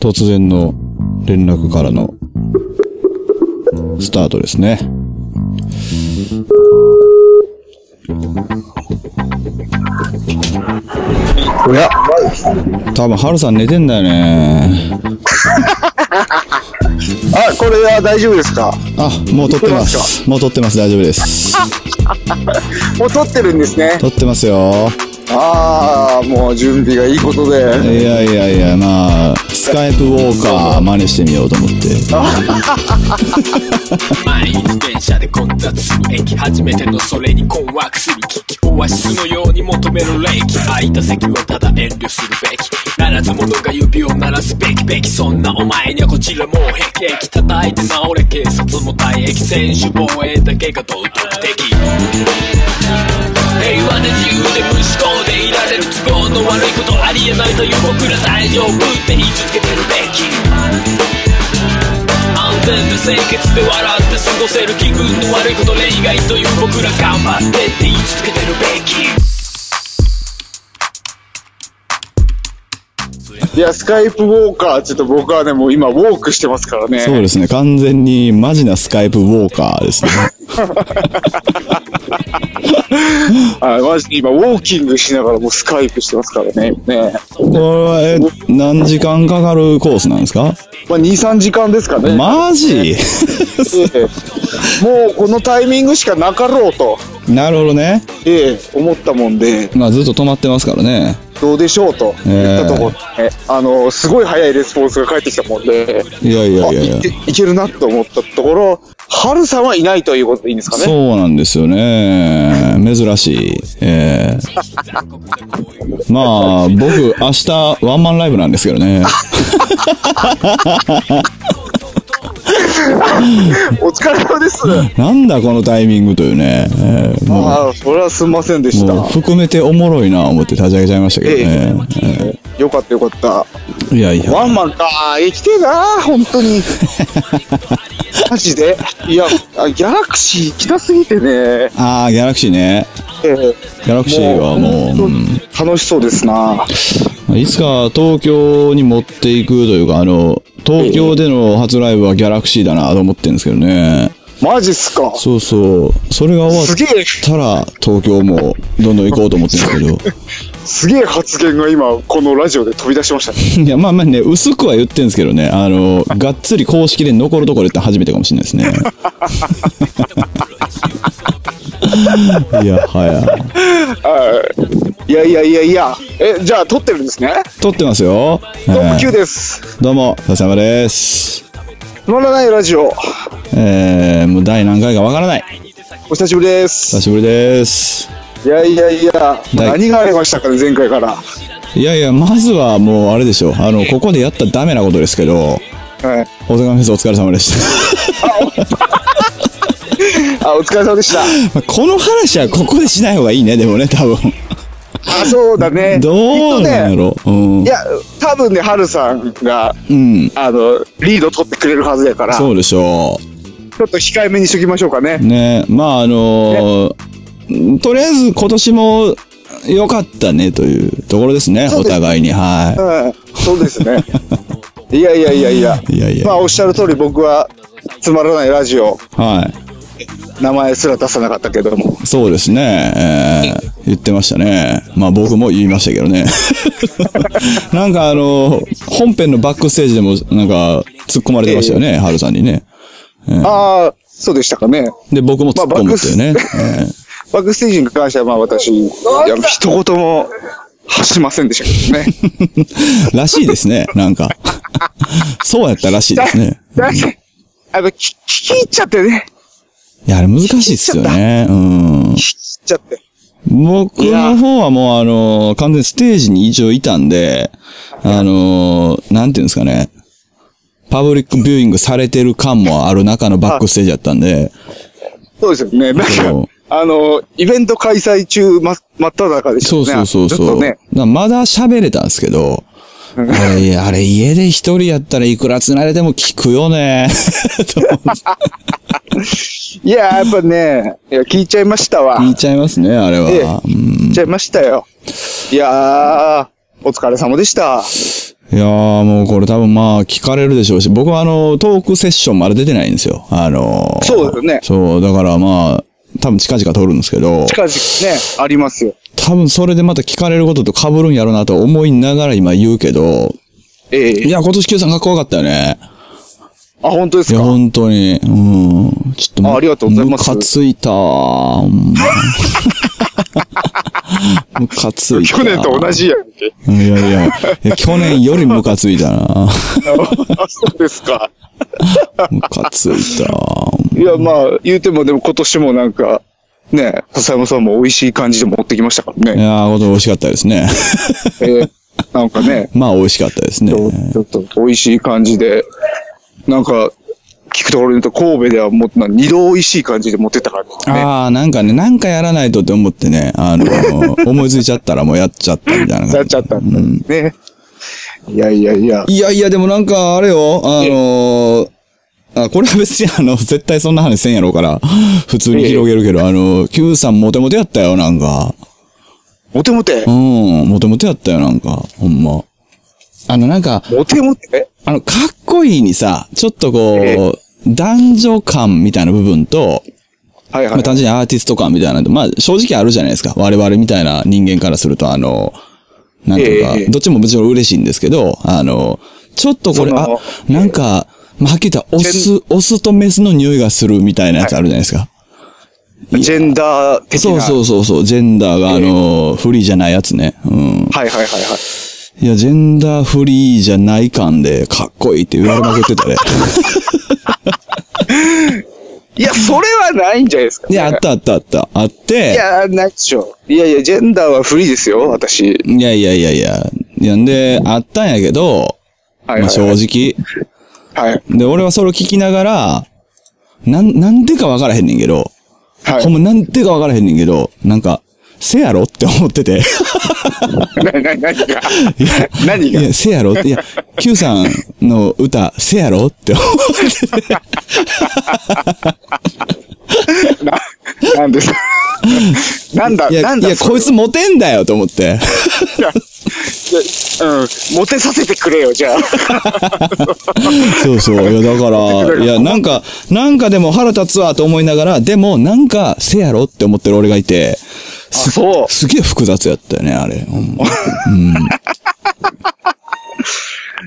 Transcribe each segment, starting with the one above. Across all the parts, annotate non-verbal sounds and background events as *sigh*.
突然の連絡からのスタートですね。おや、多分、ハルさん寝てんだよね。あ、これは大丈夫ですかあ、もう撮ってます。もう撮ってます。大丈夫です。もう撮ってるんですね。撮ってますよ。ああ、もう準備がいいことで。いやいやいや、まあ、スカイプウォーカー真似してみようと思って。満員自転車で混雑する駅初めてのそれに困惑する危機オアシスのように求める冷気空いた席はただ遠慮するべきならず者が指を鳴らすべきべきそんなお前にはこちらもうへき叩いて治れ警察も退役選手防衛だけが道徳的平和で自由で無思考でいられる都合の悪いことありえないという僕ら大丈夫って言い続けてるべき安全で清潔で笑って過ごせる気分の悪いこと例外という僕ら頑張ってって言い続けてるべき *laughs* いや、スカイプウォーカー、ちょっと僕はね、もう今ウォークしてますからそうね。ですね。完全にマジなスカイプウォーカーですね。あマジで今ウォーキングしながらもうスカイプしてますからね。ねこれは、え、何時間かかるコースなんですかまあ、2、3時間ですかね。マジ *laughs* ええもうこのタイミングしかなかろうと、なるほどね。ええ思ったもんで、まあずっと止まってますからね。どうでしょうと言ったところ、えあの、すごい早いレスポンスが返ってきたもんで、いやいやいやいあやい。けいけるなと思ったところ、ハルさんはいないということでいいんですかね。そうなんですよね。珍しい。えー *laughs* まあ、僕、明日、ワンマンライブなんですけどね。お疲れ様です。なんだこのタイミングというね。えーもああ、それはすんませんでう、した。もう含めておもろいな思って立ち上げちゃいましたけどね。よかったよかった。えーいやいや。ワンマンか、生きてえな、本 *laughs* 当に。マジで。いや、あギャラクシー行きたすぎてね。ああ、ギャラクシーね。ええギャラクシーはもう、うん楽しそうですな。いつか東京に持っていくというか、あの、東京での初ライブはギャラクシーだなと思ってるんですけどね。マジっすか。そうそう。それが終わすっげえ、たら、東京もどんどん行こうと思ってるんですげえ発言が今、このラジオで飛び出しましたね。けど。 *laughs* いや、まあまあね、薄くは言ってるんですけどね、あ *laughs* の、がっつり公式で残るところで言ったら初めてかもしれないですね。いや、はい。いやいやいやいや。え、じゃあ撮ってるんですね。撮ってますよ。えトップー9です。どうも、笹山です。つまらないラジオ。えー、もう第何回かわからない。お久しぶりです久。しぶりです。いやいやいや、第何がありましたかね、前回から。いやいや、まずはもうあれでしょ。あの、ここでやったらダメなことですけど、はい。大阪フェスお疲れ様でしあ、お疲れ様でした。 *laughs* た。 *laughs* この話はここでしない方がいいね、でもね、多分。あ、そうだね。どうなんやきっとねろ。うんい。や、多分ね、ハルさんが、うん。あの、リード取ってくれるはずやから、ちょそうでしょっと控えめにしときましょうかねう。。ね。まあ、あのー、とりあえず今年も良かったねというところですね、そうおです互いに。はうん、そうですね。 *laughs* いやいやいやいや。いやいやまあ、おっしゃる通り僕は、つまらないラジオ、い。はい。名前すら出さなかったけども。そうですね。えー言ってましたね。まあ僕も言いましたけど *laughs* ね。なんかあのー、本編のバックステージでもなんか突っ込まれてましたよね、ハルさんにね。ああ、そうでしたかね。で、僕も突っ込むっていうね。えバックステージに関しては、まあ私、いや一言も発しませんでしたけ *laughs* どね。ーらしいですね、なん *laughs* か。そうやったらしいですね。だって、あの、き聞き入っちゃってね。いや、あれ難しいっすよね。うん聞。き入っちゃって。僕の方はもうあの、完全にステージに一応いたんで、あの、なんていうんですかね。パブリックビューイングされてる感もある中のバックステージだったんで、そうですよね。なんそうか、あの、イベント開催中、ま、真っ只中でしたそようね。そうそうずっそとう。ね。だまだ喋れたんですけど、あれいやあれ家で一人やったらいくら繋れても聞くよ *laughs* ね。と思っていや、やっぱね、いや、聞いちゃいましたわ。言っちゃいますね、あれええは。うん行っちゃいましたよ。いやー、お疲れ様でした。いやーもうこれ多分まあ聞かれるでしょうし、僕はあの、トークセッションまだ出てないんですよ。あのーそうですよねそう、だからまあ、多分近々撮るんですけど、近々ね、ありますよ。多分それでまた聞かれることと被るんやろうなと思いながら今言うけど、ええいや、今年 Q さんかっこよかったよね。あ、本当でいすや、か本当に。うん。ちょっとあありがとうございますムカついたわほ *laughs* んまムカついた。去年と同じやんけ。いやいやいや、去年よりムカついたな。 *laughs* あ、そうですか。ムカついたわ。いや、まあ、言うても、でも今年もなんか、ね、笹山さんも美味しい感じで持ってきましたからい *laughs* ね。やー、こと美味しかったですね。 *laughs* ええなんかね、まあ、美味しかったですね。ちょちょっと美味しい感じで、なんか、聞くところによると神戸ではもっと二度美味しい感じで持ってったからね。ああ、なんかね、なんかやらないとって思ってね、あの *laughs* ー、思いついちゃったらもうやっちゃったみたいなや感っちじ。ゃったんだね。いやいやいや。いやいや、でもなんか、あれよ、あのー、あ、これは別にあの、 *laughs* 絶対そんな話せんやろうから、 *laughs* 普通に広げるけど、あのー、Q さんモテモテやったよ、なんか。モテモテう。ん、モテモテやったよ、なんか、ほんま。あの、なんか、モテモテあの、かっこいいにさ、ちょっとこえう、男女感みたいな部分と、はいはまあい。単純にアーティスト感みたいなので、まあ正直あるじゃないですか。我々みたいな人間からすると、あの、なんていうか、ええどっちももちろん嬉しいんですけど、あの、ちょっとこれ、そあの、なんか、まあはっきり言ったら、オス、オスとメスの匂いがするみたいなやつあるじゃないですか。ジェンダー的な。そうそうそうそう、ジェンダーが、あの、フリーじゃないやつね。うん。はいはいはいはい。いや、ジェンダーフリーじゃない感で、かっこいいって言われまくって *laughs* たね。いや、それはないんじゃないですか、いや、あったあったあった。あって、いや、ないでしょ。いやいや、ジェンダーはフリーですよ、私。いやいやいやいや。いや、んで、あったんやけど、はまあいはい、はい。正はい。直。で、俺はそれを聞きながら、なん、なんでかわからへんねんけど、はほんまなんでかわからへんねんけど、なんか、せやろって思ってて。い。な、な、 *laughs* 何がいや何いがや、せやろいや、Q さんの歌、せやろって思ってて。 *laughs* なんですなんだ、いなや、んいだや、それこいつモテんだよと思 *laughs* って。うん。モテさせてくれよ、じゃあ。そうそう。いや、だから、いや、なんか、なんかでも腹立つわと思いながら、でも、なんか、せやろって思ってる俺がいて、すそうすげえ複雑やったよね、あれ。ほんま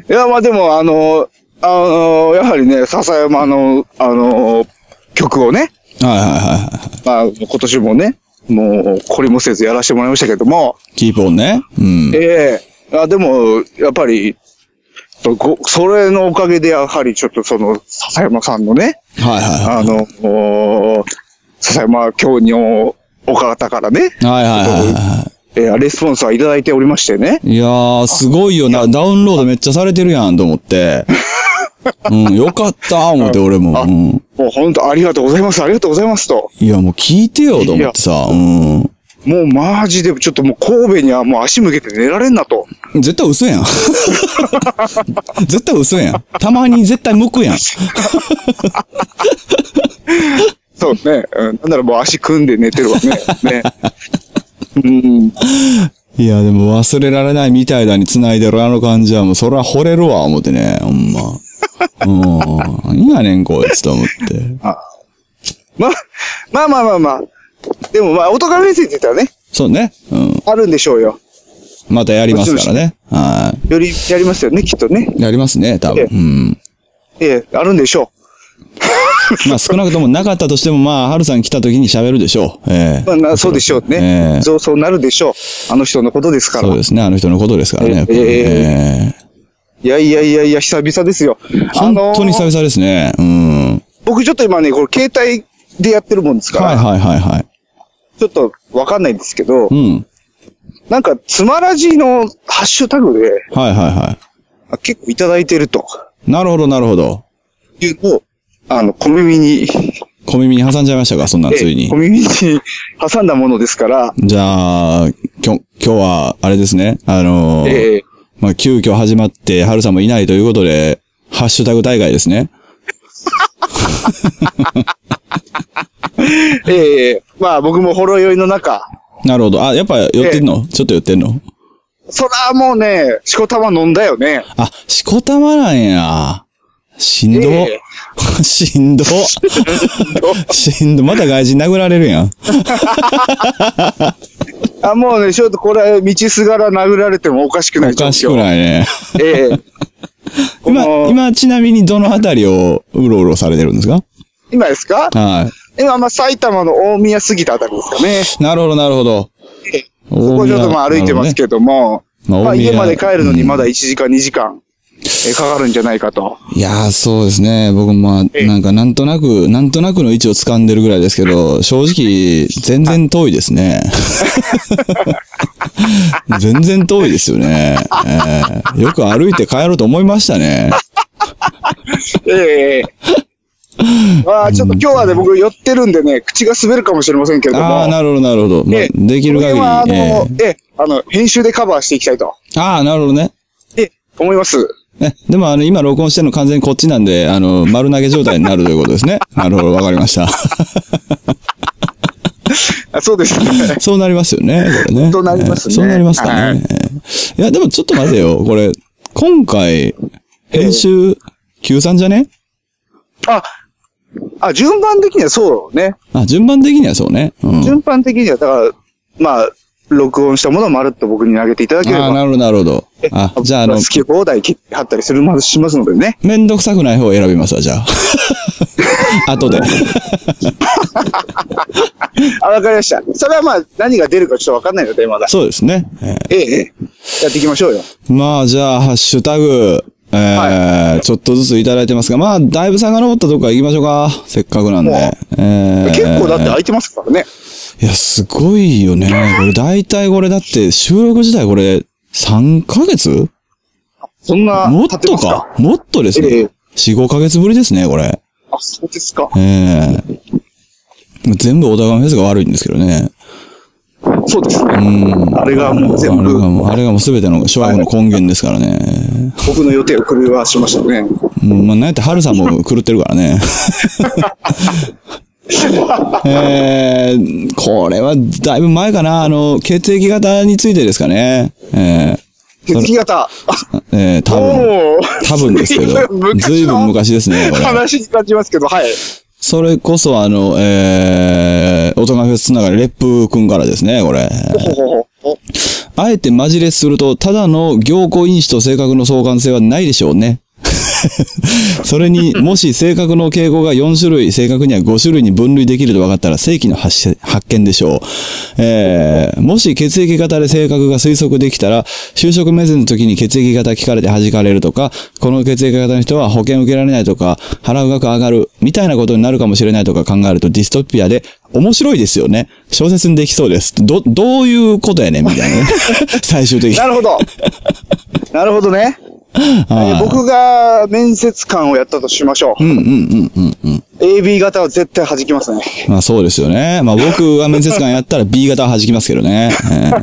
いや、まあでも、あの、あの、やはりね、笹山の、あの、曲をね、はいはいはいはまあ、今年もね、もう、これもせずやらせてもらいましたけども、い。キーポンね。うん。ええあ、でも、やっぱり、とごそれのおかげで、やはりちょっとその、笹山さんのね、はいはあの、おー笹山教授のお方からね、い。はいはいはい *laughs* はえーレスポンスはいただいておりましてね。い。いやー、すごいよな。ダウンロードめっちゃされてるやんと思って。うん、よかった、思って俺も。うん。もう本当ありがとうございます、ありがとうございますと。いや、もう聞いてよと思ってさ。うん。もうマジで、ちょっともう神戸にはもう足向けて寝られんなと。絶対嘘やん。 *laughs* 絶対嘘やん。たまに絶対向くやん。そうね。うん、なんならもう足組んで寝てるわね。 *laughs* ね。うん。いや、でも忘れられないみたいだに繋いでるあの感じはもう、それは惚れるわ、思ってね、ほんま。うん。何やねん、こいつと思って。まあ、まあまあまあまあ。でもまあ、音が目線って言ったらね、そうね。うん。あるんでしょうよ。またやりますからね。はよりやりますよね、きっとね。い。やりますね、多分。うん。ええ、あるんでしょまあ、少なくともなかったとしても、まあ、春さん来た時に喋るでしょう。ええう。まあな、そうでしょうえね。えそうそうなるでしょう。あの人のことですからそう。ですね、あの人のことですからね。やっぱりええええいやいやいやいや、久々ですよ。あ本の当に久ー、々ですね。うん。僕ちょっと今ね、これ携帯でやってるもんですから、はいはいはいはい。ちょっとわかんないんですけどう、ん。なんか、つまらじのハッシュタグで、はいはいはあ結構いただいてるとい。なるほどなるほど。いうのを、あの、小耳に、小耳に挟んじゃいましたか、そんなんついええに小。耳に挟んだものですから、じゃあ、きょ、今日は、あれですね。あのーええまあ、急遽始まって、春さんもいないということで、ハッシュタグ大会ですね。ええまあ僕もほろ酔いの中、なるほど。あ、やっぱ寄ってんの、ちょっと寄ってんのそらもうね、しこたま飲んだよね。あ、しこたまなんや。しんど。え *laughs* しんど。 *laughs* しんど。また外人殴られるやん。あ、もうね、ちょっとこれ、道すがら殴られてもおかしくないおかしくい。ないね。ええ *laughs* こ今、の今、今ちなみにどのあたりをうろうろされてるんですかですかは今、まあ、埼玉の大宮過ぎたあたりですかね。い。なるほど、なるほど。ここちょっとまあ歩いてますけども、なるほどねままああ、大宮家まで帰るのにまだ1時間2時間、えーかかるんじゃないかと。いやー、そうですね。僕もまあ、ええなんか、なんとなく、なんとなくの位置を掴んでるぐらいですけど、正直、全然遠いです *laughs* ね。全然遠いですよね、ええよく歩いて帰ろうと思いましたね。ええまあ、ちょっと今日はね、僕寄ってるんでね、口が滑るかもしれませんけれども。ああ、なるほど、なるほど。まあええできる限り。これはあの、えええあの、編集でカバーしていきたいと。えああ、なるほどね。ええ思います。ね、でもあの、今録音してるの完全にこっちなんで、あの、丸投げ状態になるということですね。なるほど、わかりました。あそうですね。そうなりますよね、これね。そうなりますねそうなりますかね。いや、でもちょっと待てよ、これ、今回、編集、Q3 じゃねあ、あ、順番的にはそうね。あ、順番的にはそうね。うん。順番的には、だから、まあ、録音したものをまるっと僕に投げていただけれああ、ば、なるほど、なるほどえ。あ、じゃあ、あまの好、き放題切ってはったりするましますのでね。めんどくさくない方を選びますわ、じゃ *laughs* あ。後で。あ、わかりました。それはまあ、何が出るかちょっとわかんないので、まだ。そうですね。えええ、ええ。やっていきましょうよ。ーまあ、じゃあ、ハッシュタグ、えーちょっとずついただいてますが、まあ、だいぶ遡ったとこから行きましょうか。せっかくなんでもう。えー結構だって空いてますからね。いや、すごいよね。これ、大体これだって、収録自体これ、3ヶ月そんな、もっ経てとますかもっとですえねえ。 4、5ヶ月ぶりですね、これ。あ、そうですか。ええ全部お互いのフェスが悪いんですけどね。そうですね。んあれがもう全あれが部、もう、あれがもう全ての諸悪の根源ですからね。僕の予定を狂わしましたね。もう、まあ、なんやって、春さんも狂ってるから *laughs* ね。えー、これは、だいぶ前かな。あの、血液型についてですかね。えー月型。あ、えー、多分。おー多分ですけど随分 *laughs* 昔。のずいぶん昔ですね、これ。話に感じますけど、はい。それこそ、あの、えー、大人フェスつながり、レップ君からですね、これ。ほほほほ。あえてマジレスすると、ただの行行因子と性格の相関性はないでしょうね。それに、もし性格の傾向が4種類、正確には5種類に分類できると分かったら正規の発し発見でしょう。えー、もし血液型で性格が推測できたら、就職面接の時に血液型聞かれて弾かれるとか、この血液型の人は保険受けられないとか、払う額上がる、みたいなことになるかもしれないとか考えるとディストピアで、面白いですよね。小説にできそうです。ど、どういうことやねんみたいなね。最終的に。なるほ *laughs* ど。なるほどね。はい僕が面接官をやったとしましょう。うんうんうんうん。 AB 型は絶対弾きますね。 *laughs* まあそうですよね。まあ僕が面接官やったら B 型は弾きますけどね。ええ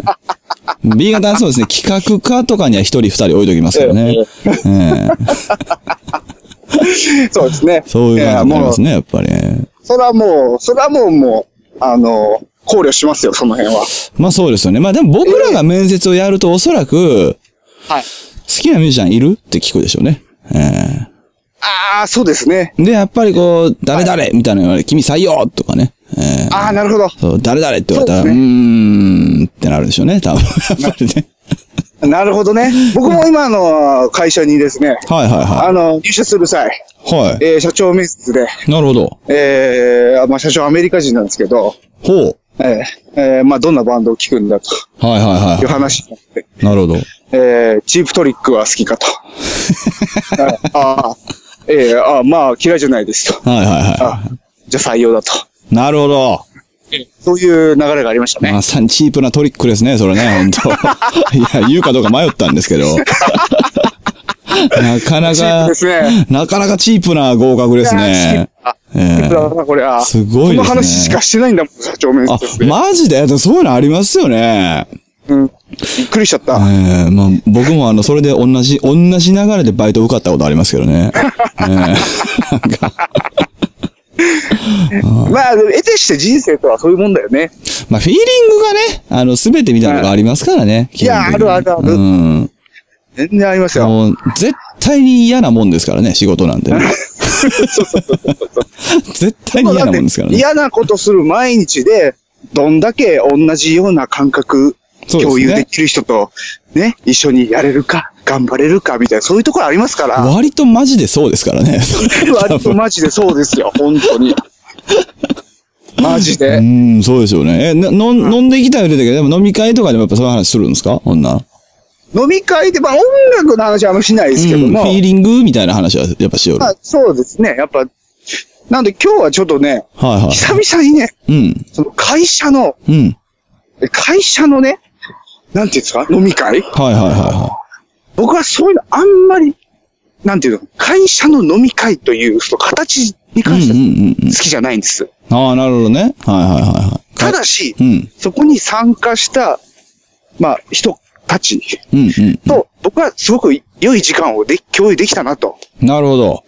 B 型はそうですね、企画課とかには一人二人置いときますけどね。ええそうですね。そういう感じになりもまうす、ね、やっぱり。それはもう、それはもう、もう、あの、考慮しますよ、その辺は。まあそうですよね。まあでも僕らが面接をやるとおそらく、はい。好きなミュージシャンいるって聞くでしょうね。えああ、そうですね。えで、やっぱりこう、誰々みたいなのより、君採用とかね。ええああ、なるほど。そう、誰々って言われたら、うそうですねーんってなるでしょうね、多分。やっぱりね。なるほどね。僕も今の会社にですね、はいはいあはの、入社する際、い。はえー社長面接で、い。なるほど。えー、まあ、社長アメリカ人なんですけど、ほう。えー、えーまあ、どんなバンドを聴くんだとはいはいはいいう。話になって、なるほど。えー、チープトリックは好き *laughs* かと。はいああ、ええああ、まあ、嫌いじゃないですと。はいはいはあじゃあ採用だと。い。なるほど。そういう流れがありましたね。まさにチープなトリックですね、それね、 *laughs* 本当いや、言うかどうか迷ったんですけど。なかなチーかプで、すね。なかなかチープな合格ですね。あ、えチープえだな、これは。すごいですねこの話しかしてないんだもん、社長面あ接で。、マジででもそういうのありますよね。うん。びっくりしちゃっええた。まあ、僕もあの、それで同じ、同じ流れで *laughs* バイト受かったことありますけどね。ええなんかまあ、得てして人生とはそういうもんだよね。まあ、フィーリングがね、あの、すべてみたいなのがありますからね。いや基本的にあるあるあるうん。全然ありますよ。もう、絶対に嫌なもんですからね、仕事なんて *laughs* ね。そうそうそうそうそう。絶対に嫌なもんですからね。嫌なことする毎日で、どんだけ同じような感覚、そうですね共有できる人と、ね、一緒にやれるか、頑張れるか、みたいな、そういうところありますから。割とマジでそうですからね。割とマジでそうですよ、本 *laughs* 当に。マジうで。ん、そうでしょうね。え、な、のん、飲んできたら売れたけど、でも飲み会とかでもやっぱそういう話するんですかほんなら。飲み会で、まあ音楽の話はあんましないですけどうん、フも、ィーリングみたいな話はやっぱしよる。まはあそうですね、やっぱ、なんで今日はちょっとね、いは久々にね、い。うん。その会社の、うん。会社のね、なんていうんですか、飲み会はいはいはいは僕はそういうのあんまり、なんていうの、会社の飲み会という、その形に関してい。うんはうんうん。好きじゃないんです。ああ、なるほどね。はいはいはいはい。ただし、うん。そこに参加した、まあ、人たちうんうん。と、僕はすごく良い時間をで共有できたなと。なるほど。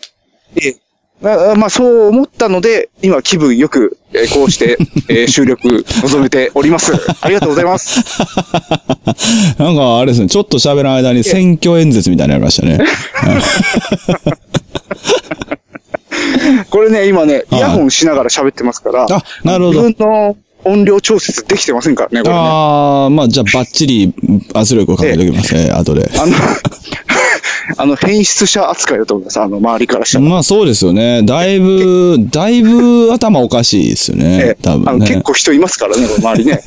ええああまあ、そう思ったので、今気分よく、えーこ *laughs* うして、えー収録臨めております。ありがとうございます。なんかあれですね、ちょっと喋る間に選挙演説みたいになりましたね。これね、今ね、イはいヤホンしながら喋ってますから、あなるほど自分の音量調節できてませんからね、これね。ああ、まあじゃあバッチリ圧力をかけておきますね、後で。あの、 *laughs* あの、変質者扱いだと思います。あの、周りからしたら。まあそうですよね。だいぶ、だいぶ頭おかしいですよね。ええ多あ分の結ね。構人いますからね、この周 *laughs* りね。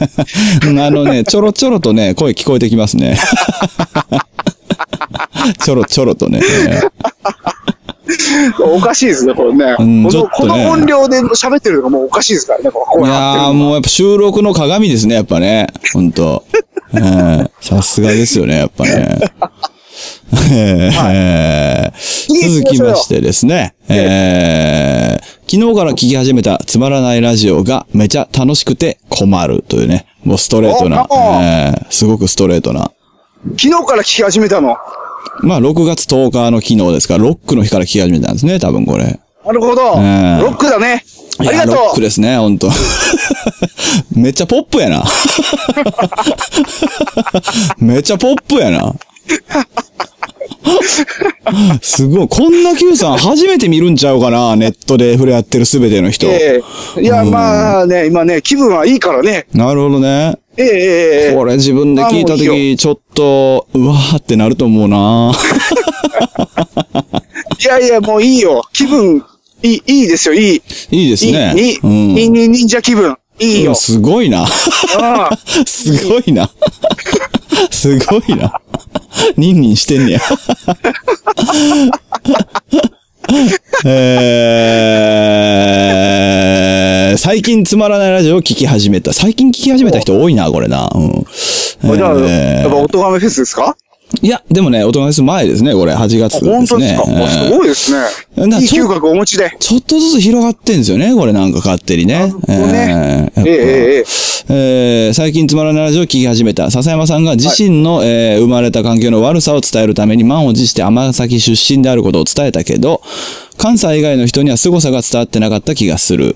うん *laughs* あのね、ちょろちょろとね、声聞こえてきますね。 *laughs* ちょろちょろとね。おかしいですね、これね。うんこちょのっとこねの音量で喋ってるのがもうおかしいですからね、こうこいうややーってるのもうやっぱ収録の鏡ですね、やっぱね。ほんと。うんさすがですよね、やっぱね。えー続きましてですね、えー昨日から聞き始めたつまらないラジオがめちゃ楽しくて困るというね、もうストレートな、おおえーすごくストレートな。昨日から聞き始めたの。まあ、6月10日の昨日ですから、ロックの日から聞き始めたんですね、多分これ。なるほど。んロックだね。あいりやがとロックう。ですね、ほんと。 *laughs* めっちゃポップやな。 *laughs* めっちゃポップやな。すごい。こんな Q さん初めて見るんちゃうかなネットで触れ合ってるすべての人。ええいや、まあね、今ね、気分はいいからね。なるほどね。えええええこれ自分で聞いたとあもういき、ちょっと、うわーってなると思うな *laughs* えいやいや、もういいよ。気分、いい、いいですよ、いい。いいですいい、ね。いい、うんいい、いい忍者気分。いいよ。すごいな。うんすごいな。すごいな。ニンニンしてんねや。えー、最近つまらないラジオを聞き始めた。最近聞き始めた人多いな、これな。うん。じゃあ、えやっぱ、ーおとがめフェスですかいや、でもね、大人です前ですね、これ。8月で本す当ですねか、。もうすえーごいですね。だからいいちょ嗅覚をお持ちで。ちょっとずつ広がってんですよね、これなんか勝手にね。ほどねえーええやっぱえええええー最近つまらないラジオを聞き始めた。笹山さんが自身の、えー生まれた環境の悪さを伝えるために満を持して天崎出身であることを伝えたけど、関西以外の人には凄さが伝わってなかった気がする。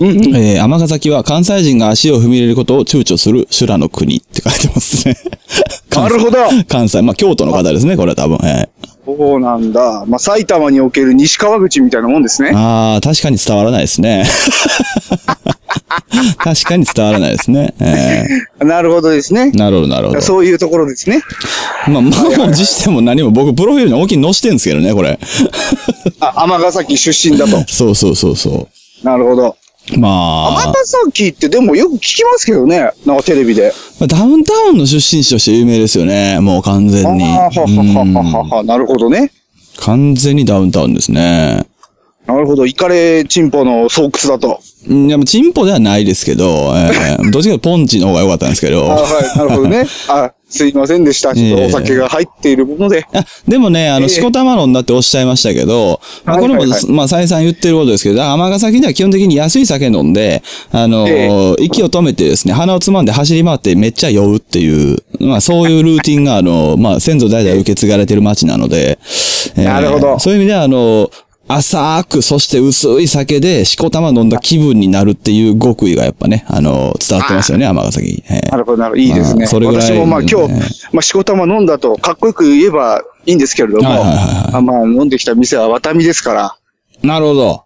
えー、天崎は関西人が足を踏み入れることを躊躇する修羅の国って書いてますね。 *laughs* なるほど。関西、まあ、京都の方ですね、これは多分。えーそうなんだ。まあ、埼玉における西川口みたいなもんですね。ああ、確かに伝わらないです *laughs* ね。確かに伝わらないですね。えなるほどですねー。なるほど、なるほど。そういうところです *laughs* ね。まあ、満を持しても何も、僕、プロフィールに大きに載してんですけどね、これ。あ、尼崎出身だと。そうそうそうそなるほど。う。まあ、尼崎ってでもよく聞きますけどね。なんかテレビで。ダウンタウンの出身地として有名ですよね、もう完全ああ、はに。はははは。なるほどね。完全にダウンタウンですね。なるほど。イカレチンポの巣窟だと。うん、でも、チンポではないですけど、えーどっちかというとポンチの方が良かったんですけあど。はい。なるほ *laughs* どね。あ、すいませんでした。ちょっとお酒が入っているもので。あでもね、あの、ええしこたま論だっておっしゃいましたけど、まあ、これも、はいはいはいまあ、再三言ってることですけど、尼崎では基本的に安い酒飲んで、あのーえ息を止めてですね、鼻をつまんで走り回ってめっちゃ酔うっていう、まあ、そういうルーティンが、あの、まあ、先祖代々受け継がれてる街なので、えーなるほどそういう意味では、あの、浅く、そして薄い酒で、しこたま飲んだ気分になるっていう極意がやっぱね、あの、伝わってますよね、尼崎。ええなるほど、なるほど。いいですまね。あそれぐらい私もまあね今日、まあ仕事は飲んだと、かっこよく言えばいいんですけれども、はいはいはいあまあ飲んできた店はワタミですから、なるほど。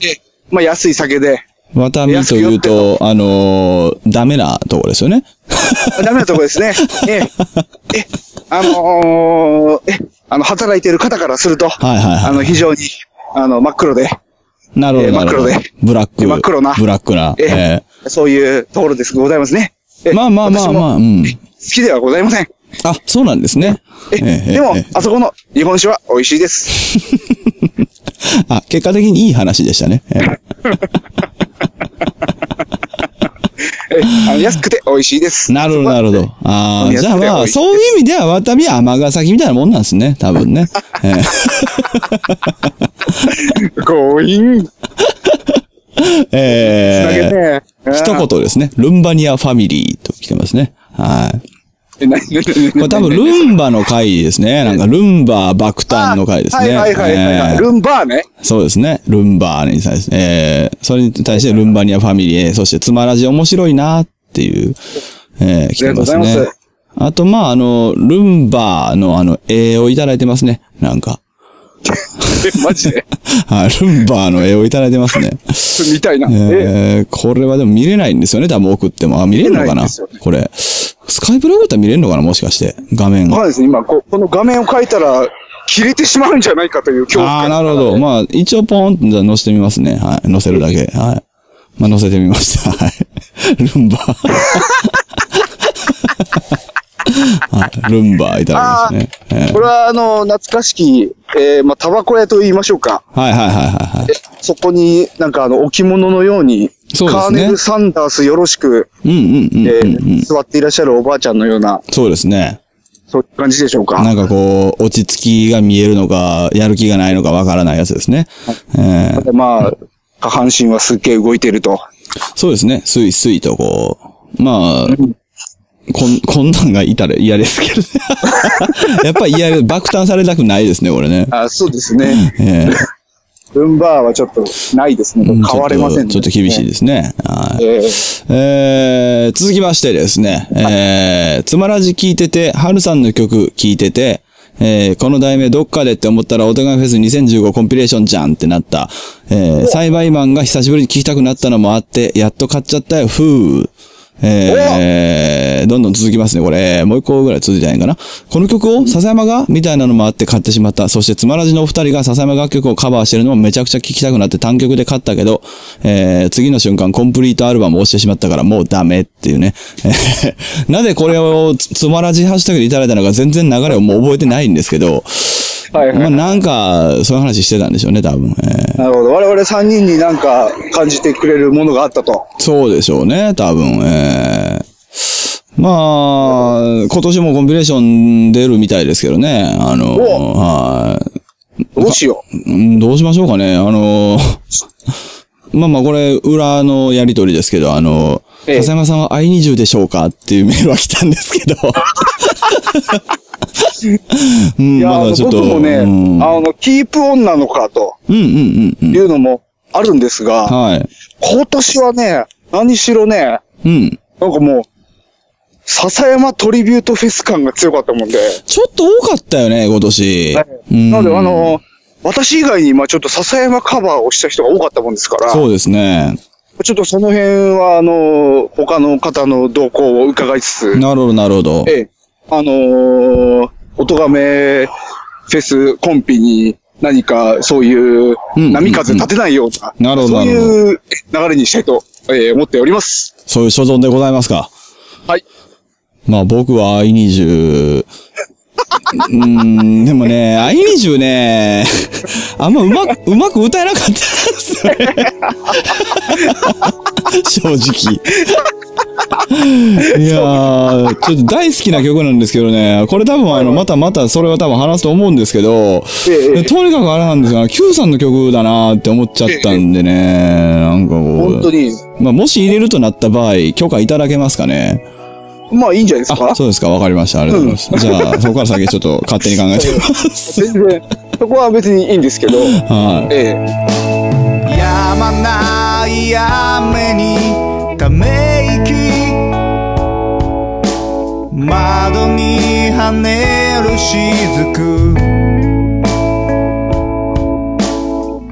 で、まあ安い酒で、ワタミというと、あのーダメなところですよね。ダメなと *laughs* こですね。ええ、ええ、あのー、え、あの、働いてる方からすると、はいはいはいあの、非常に、あの、真っ黒で、なるほえど、えなるほど真っ黒で。ブラッえク。え真っ黒なブラックな。えええそういうところです、ございますね。えええまあまあまあまあ、う私もん。好きではございません。あ、そうなんですね。ええ、でもええ、あそこの日本酒は美味しいです。あ、結果的にいい話でしたね。ええ *laughs* ええ、あの安くて美味しいです。なるほど、なるほど。ああ、やじゃあってればまいいあ、ですそういう意味では、ワタミは尼崎みたいなもんなんですね、多分 *laughs* ね。え強引。えええね。一言ですね。ルンバニアファミリーと来てますね。はい。言。何何何これ多分、ルンバの回ですね。なんか、ルンバ爆誕の回ですね。はいはいはいはい。ええルンバーね。 *laughs* そうですね。ルンバーに対して、えー、それに対してルンバニアファミリー、えーそしてつまらじ面白いなっていう、えー、来てますありがとうございねます。あと、まあ、あの、ルンバーのあの、絵をいただいてますね。なんか。え、マジで。はい、ルンバーの絵をいただいてますね。みたいな。え、えー、これはでも見れないんですよね。多分送っても。あ、見れるのか見れなないんですよねこれ。スカイプログったら見れるのかなもしかして。画面まが。あですね、今こ、この画面を変えたら、切れてしまうんじゃないかという恐怖ああ、感。なるほど。まあ、一応ポーンって載せてみますね。はい。載せるだけ。はい。まあ、載せてみました。 *laughs* はい。ルンバ。 *laughs* はい、ルンバいただきますね。えーこれは、あの、懐かしき、えー、まあ、タバコ屋と言いましょうか。はいはいはいはいはい。そこに、なんか、あの、置物のように、そうですねカーネル・サンダースよろしく、うんうんうえん、うんー座っていらっしゃるおばあちゃんのような、そうですね。そういう感じでしょうか。なんかこう、落ち着きが見えるのか、やる気がないのかわからないやつですね。えーでまあ、下半身はすっげえ動いてると。そうですね。スイスイとこう、まあ、こん、こんなんがいたら嫌ですけどね。 *laughs* やっぱり嫌、爆誕されたくないですね、これね。あそうですね。ええルンバーはちょっとないですね。うん変われませんね。ちょっとちょっと厳しいですね。はいえええー続きましてですね、えー、つまらじ聞いてて、はるさんの曲聞いてて、えー、この題名どっかでって思ったら、お手紙フェス2015コンピレーションじゃんってなった。えー、栽培マンが久しぶりに聞きたくなったのもあって、やっと買っちゃったよ、ふう。えー、どんどん続きますね、これ。もう一個ぐらい続いてないかな。この曲を笹山がみたいなのもあって買ってしまった。そしてつまらじのお二人が笹山楽曲をカバーしてるのもめちゃくちゃ聴きたくなって単曲で買ったけど、えー、次の瞬間コンプリートアルバムを押してしまったからもうダメっていうね。 *laughs* えーなぜこれをつつまらじハッシュタグでいただいたのか全然流れをもう覚えてないんですけど、はいはいまあなんか、そういう話してたんでしょうね、多分。えーなるほど。我々3人になんか感じてくれるものがあったと。そうでしょうね、多分。ええまあ、今年もコンビネーション出るみたいですけどね。あの、おはいどうしよう。うん。どうしましょうかね。あの、 *laughs* まあまあこれ、裏のやりとりですけど、あの、ええ笹山さんは i20 でしょうかっていうメールは来たんです *laughs* けど。うんいや、あの僕もね、あうん、うんの、キープオンなのかとうんうんうん。いうのもあるんですが、はい。今年はね、何しろね、うん。なんかもう、笹山トリビュートフェス感が強かったもんで。ちょっと多かったよね、今年。うんなので、あの、私以外に、まあちょっと笹山カバーをした人が多かったもんですから、そうですね。ちょっとその辺は、あの、他の方の動向を伺いつつ、なるほど、なるほど。ええ、あのー、おとがめフェスコンピに何かそういううん波風立てないような、なるほどそういう流れにしたいと、えー思っております。そういう所存でございますか。はい。まあ僕は *laughs* i20、うーん、でもね、i20 ね、あんまうまく、うまく歌えなかったんですよね。正直。いやー、ちょっと大好きな曲なんですけどね、これ多分あの、またまたそれは多分話すと思うんですけど、ええええとにかくあれなんですが、Q さんの曲だなーって思っちゃったんでね、なんかこう。本当に、まあ、もし入れるとなった場合、許可いただけますかねまあいいんじゃないですかあ、そうですか。わかりました。ありがとうございます。じゃあ、そこから先ちょっと勝手に考えてみます。全然、そこは別にいいんですけ *laughs* ど、はええ、やまない雨にため息窓に跳ねる雫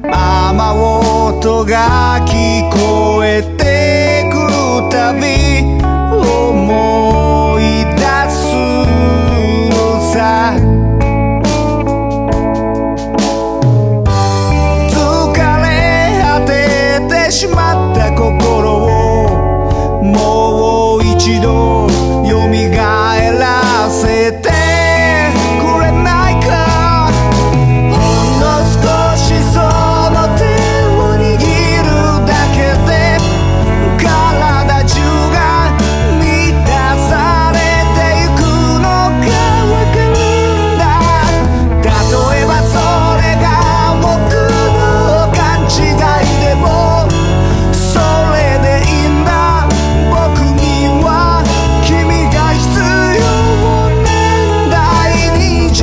雨音が聞こえてくるたび思い出すのさ疲れ果ててしまった心をもう一度蘇らせてくれないかほんの少しその手を握るだけで体中が満たされていくのがわかるんだ例えばそれが僕の勘違いでもそれでいいんだ僕には君が必要なんだい20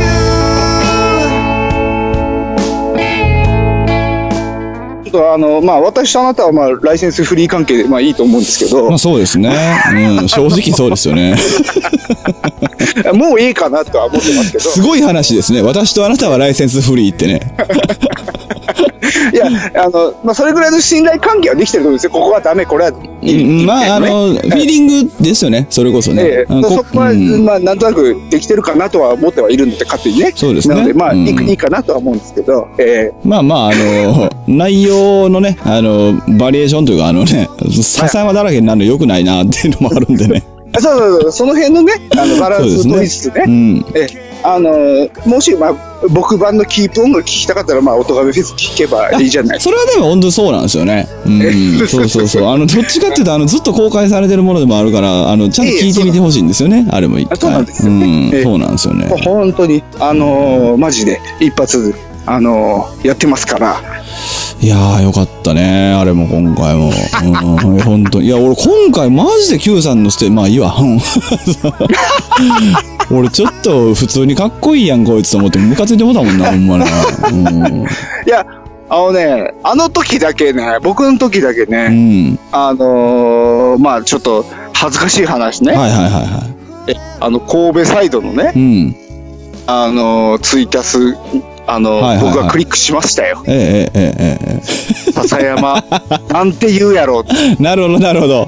ちょっとあの、まあ、私とあなたは、まあ、ライセンスフリー関係で、まあ、いいと思うんですけどい。まあ、そうですね。うん、正直そうですよ *laughs* ね。もういいかなとは思ってますけど。すごい話ですね。私とあなたはライセンスフリーってね。いや、あの、まあ、それぐらいの信頼関係はできてると思うんですよ。ここはダメ、これ *laughs* はいい。うんまあ、あいいっていうねの、フィーリングですよね。それこそね。ええあのこそこは、うんまあ、なんとなくできてるかなとは思ってはいるので、勝手にね。そうですねなので、まあ、うんいいいいかなとは思うんですけど、えまあまあ、あの、内容のね、あの、バリエーションというか、あのね、ささやまだらけになるの良くないなっていうのもあるんでね。えそうそうそう、その辺のね、あの、バランス *laughs* そをう取でりつすつねう、ん。ええあの、もし、まあ、僕版のキープ音楽聞きたかったら、まあ、音がフェス聞けばいいじゃない。 *laughs* それはでも本当にそうなんですよね。 *laughs* うん。そうそうそう。あの、どっちかっていうと、あの、ずっと公開されてるものでもあるから、あの、ちゃんと聞いてみてほしいんですよね。あれも一回。あそうなんですよねうえん。えそうなんですよね。もう本当に、あのーマジで、一発、あのーやってますから、いやー、よかったね。あれも今回も。うん、本当に。いや、俺今回マジで Q さんのステージ、まあいいわ。うん *laughs* 俺ちょっと普通にかっこいいやん、こいつと思って、ムカついてもうたもんな、ほんまな。うん。いや、あのね、あの時だけね、僕の時だけね、うん。あのーまあちょっと恥ずかしい話ね、はいはいはいはえあの神戸サイドのねい。、うん。あのーツイキャス、あのーはいはいはい僕がクリックしましたよ、ええええええ笹山、 *laughs* なんて言うやろう、ええ。なるほど、なるほど。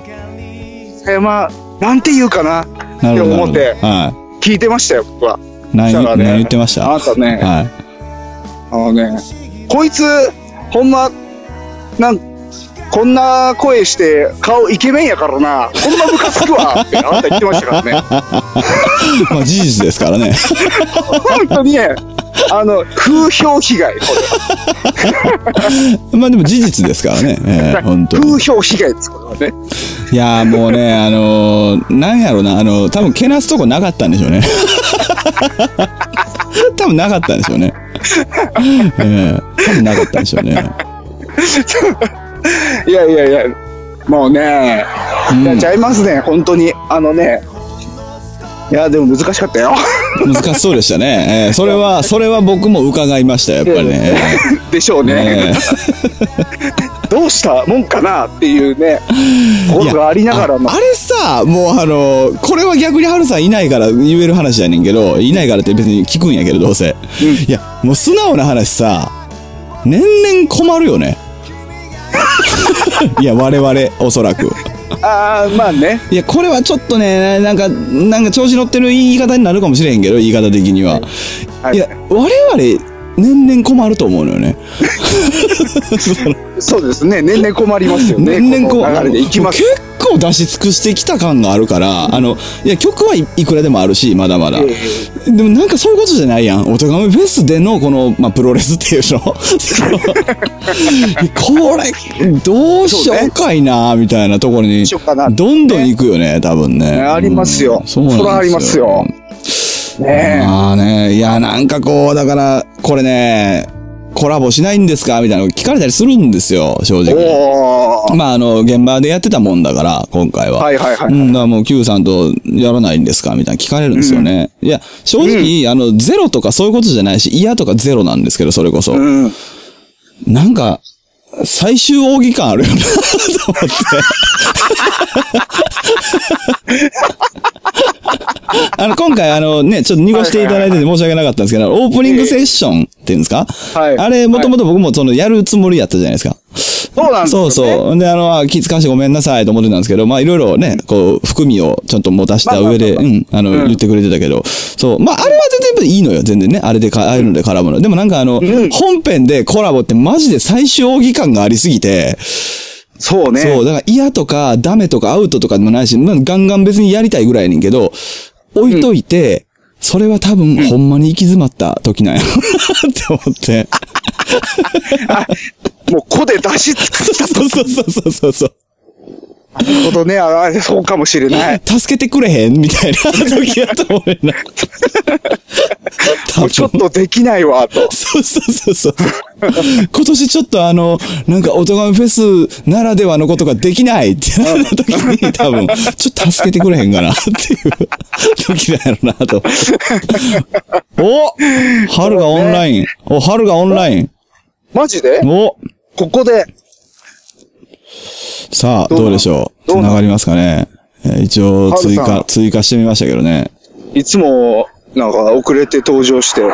笹山、なんて言うかななっるほてど。思っなるてほ、どは聞いてましたよ、僕は。い。何そしたらね何言ってましたあなたね、はい。あのね、こいつ、ほんま、なん、こんな声して顔イケメンやからな、こんなムカつくわってあなた言ってましたからね。まあ事実ですからね。 *laughs* 本当にね、あの、風評被害、こまあでも事実ですからね。ええ *laughs* れ。本当に。風評被害です、これはね。いやーもうね、あのー、なんやろな、あのー、多分けなすとこなかったんでしょうね。 *laughs* 多分なかったんでしょうね。ええ多分なかったんでしょうね。いやいやいや、もうね、うんやっちゃいますね、本当に。あのね、いや、でも難しかったよ。難しそうでしたね。ええそれは、それは僕も伺いました、やっぱりね。 *laughs* でしょうえね。えどうしたもんかなっていうね、ことがありながらもあ。あれさ、もうあのー、これは逆にハルさんいないから言える話やねんけど、いないからって別に聞くんやけど、どうせ。いや、もう素直な話さ、年々困るよ *laughs* ね。いや、我々、おそらく。ああ、まあね。いや、これはちょっとね、なんか、なんか調子乗ってる言い方になるかもしれへんけど、言い方的には。はいいや、我々、年々困ると思うのよね。そうですね。年々困りますよね。年々ここのう、流れでいきます。結構出し尽くしてきた感があるから、あの、いや、曲はい、いくらでもあるし、まだまだ。えでもなんかそういうことじゃないやん。おとがめフェスでの、この、まあ、プロレスっていう *laughs* の。そのこれ、どうしようかいな、みたいなところに、しようかなどんどん行くよね、多分ね。ありますようんそうなんですそらありますよねえまあね、いや、なんかこう、だから、これね、コラボしないんですかみたいなの聞かれたりするんですよ、正直。おー。まあ、あの、現場でやってたもんだから、今回は。はいはいはいうん、だからもう Q さんとやらないんですかみたいな聞かれるんですよね。いや、正直、あの、ゼロとかそういうことじゃないし、嫌とかゼロなんですけど、それこそ。うん。なんか、最終奥義感あるよな、と思って。あの、今回あのね、ちょっと濁していただいてて申し訳なかったんですけど、オープニングセッションっていうんですか、はいあれ、もともと僕もその、やるつもりやったじゃないですか。そうなんですよ、そうね。そう。で、あの、あ気遣わしてごめんなさいと思ってたんですけど、まあ、いろいろね、こう、含みをちゃんと持たした上で、まあうん、あの、言ってくれてたけど、そう。まあ、あれは全然いいのよ、全然ね。あれでか、ああいうので絡むの。でもなんかあの、ん本編でコラボってマジで最終奥義感がありすぎて、そうね。そう、だから嫌とかダメとかアウトとかでもないし、まあガンガン別にやりたいぐらいやねんけど、置いといて、それは多分、ほんまに行き詰まった時なんやろうなって思って。もう、個で出し尽くしそうそうそうそうそう。たことね、ああ、そうかもしれない。助けてくれへんみたいな時やと思うよ *laughs* な。もうちょっとできないわ、と。そうそうそうそう。今年ちょっとあの、なんか、おとがめフェスならではのことができないってなった時に、多分、ちょっと助けてくれへんかなっていう時だよな *laughs* と。お春がオンライン。お、春がオンライン。マジでおここで、さあ、どうでしょう。どうな繋のがりますかね。えー一応、追春さ加ん、追加してみましたけどね。いつも、なんか、遅れて登場して、ね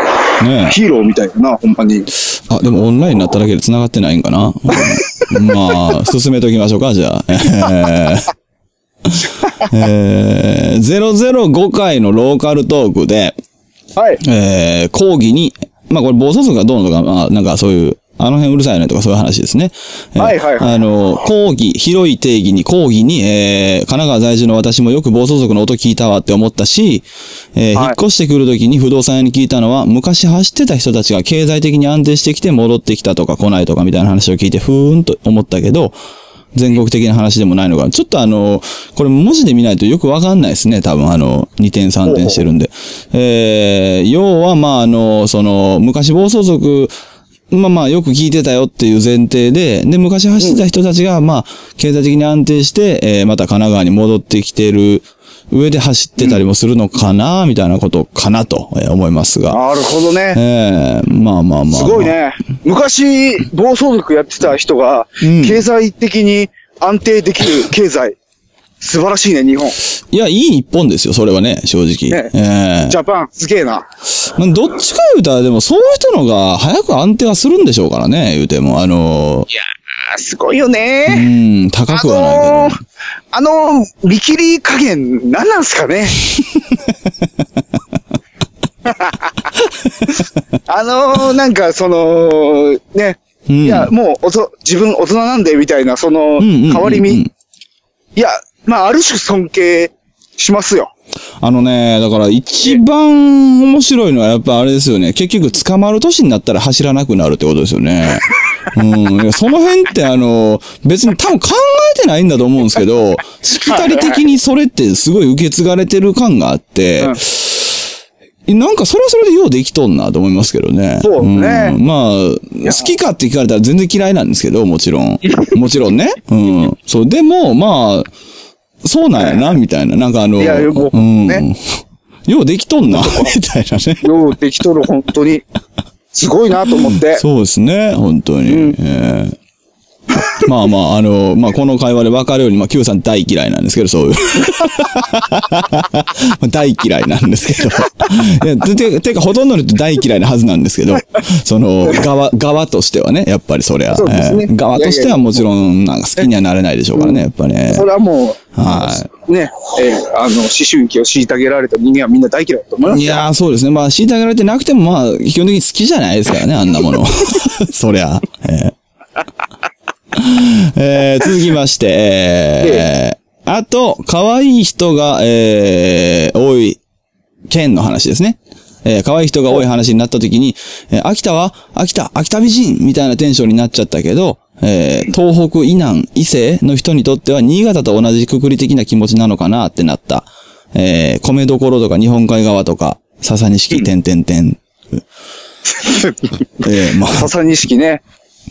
えヒーローみたいだな、ほんまに。あ、でもオンラインになっただけで繋がってないんかな、うんまあ、進めときましょうか、じゃあ。えーえー、005回のローカルトークで、はい。えー、講義に、まあこれ暴走族がどうのとか、まあなんかそういう、あの辺うるさいねとかそういう話ですね。えーはいはいはいあの、講義、広い定義に講義に、えー、神奈川在住の私もよく暴走族の音聞いたわって思ったし、えーはい引っ越してくるときに不動産屋に聞いたのは、昔走ってた人たちが経済的に安定してきて戻ってきたとか来ないとかみたいな話を聞いて、ふーんと思ったけど、全国的な話でもないのかな。ちょっとあの、これ文字で見ないとよくわかんないですね。多分あの、2点3点してるんで。えー、要はまああの、その、昔暴走族、まあまあよく聞いてたよっていう前提で、で、昔走ってた人たちがまあ、経済的に安定して、えー、また神奈川に戻ってきてる上で走ってたりもするのかな、みたいなことかなとえー思いますが。なるほどえね。ー、まあまあまあ、まあ。すごい。ね。昔、暴走族やってた人が、ん経済的に安定できる経済。素晴らしいね、日本。いや、いい一本ですよ、それはね、正直。ねえージャパン、すげえな。まあ、どっちか言うたら、でもそういう人のが早く安定はするんでしょうからね、言うても。あのあすごいよー、うね。ん、高あくはないけど。のー、あの、見切り加減、なんなんす *laughs* かね。あのー、なんか、その、ね。うんいや、もう、おそ、自分大人なんで、みたいな、その、んうんうんうん変わり身。いや、まあ、ある種尊敬しますよ。あのね、だから一番面白いのはやっぱあれですよね。結局捕まる年になったら走らなくなるってことですよね。 *laughs* うん。いやその辺ってあの、別に多分考えてないんだと思うんですけど、しきたり的にそれってすごい受け継がれてる感があって、なんかそれはそれでようできとんなと思いますけどね。そうねんまあ、好きかって聞かれたら全然嫌いなんですけど、もちろん。もちろんね。うん。そう。でも、まあ、そうなんやな、みたいな。なんかあの、いやもううん。ねようできとんな、 *laughs* みたいなね。ようできとる、本当に。すごいなと思って。 *laughs* そうですね、本当に。えーまあまあ、あの、まあこの会話で分かるように、まあ Q さん大嫌いなんですけど、そういう。 *laughs* 大嫌いなんですけど。いやてててか、ほとんどの人大嫌いなはずなんですけど、その、側、側としてはね、やっぱりそりゃ。そうですねえー側としていやいやはもちろん、なんか好きにはなれないでしょうからね、やっぱね。それはもう、はね、えーあの、思春期を虐げられた人間はみんな大嫌いだと思いまいすよ。やー、そうですね。まあ、虐げられてなくても、まあ、基本的に好きじゃないですからね、あんなも *laughs* の。そりゃ。えーえー続きまして、えーあと、可愛い人が、えー多い、県の話ですね。えー可愛い人が多い話になった時に、えー秋田は秋田、秋田美人みたいなテンションになっちゃったけど、えー東北、以南、伊勢の人にとっては新潟と同じくくり的な気持ちなのかなってなった。えー米どころとか日本海側とか、笹錦、点点点。ええまあ、笹錦ね。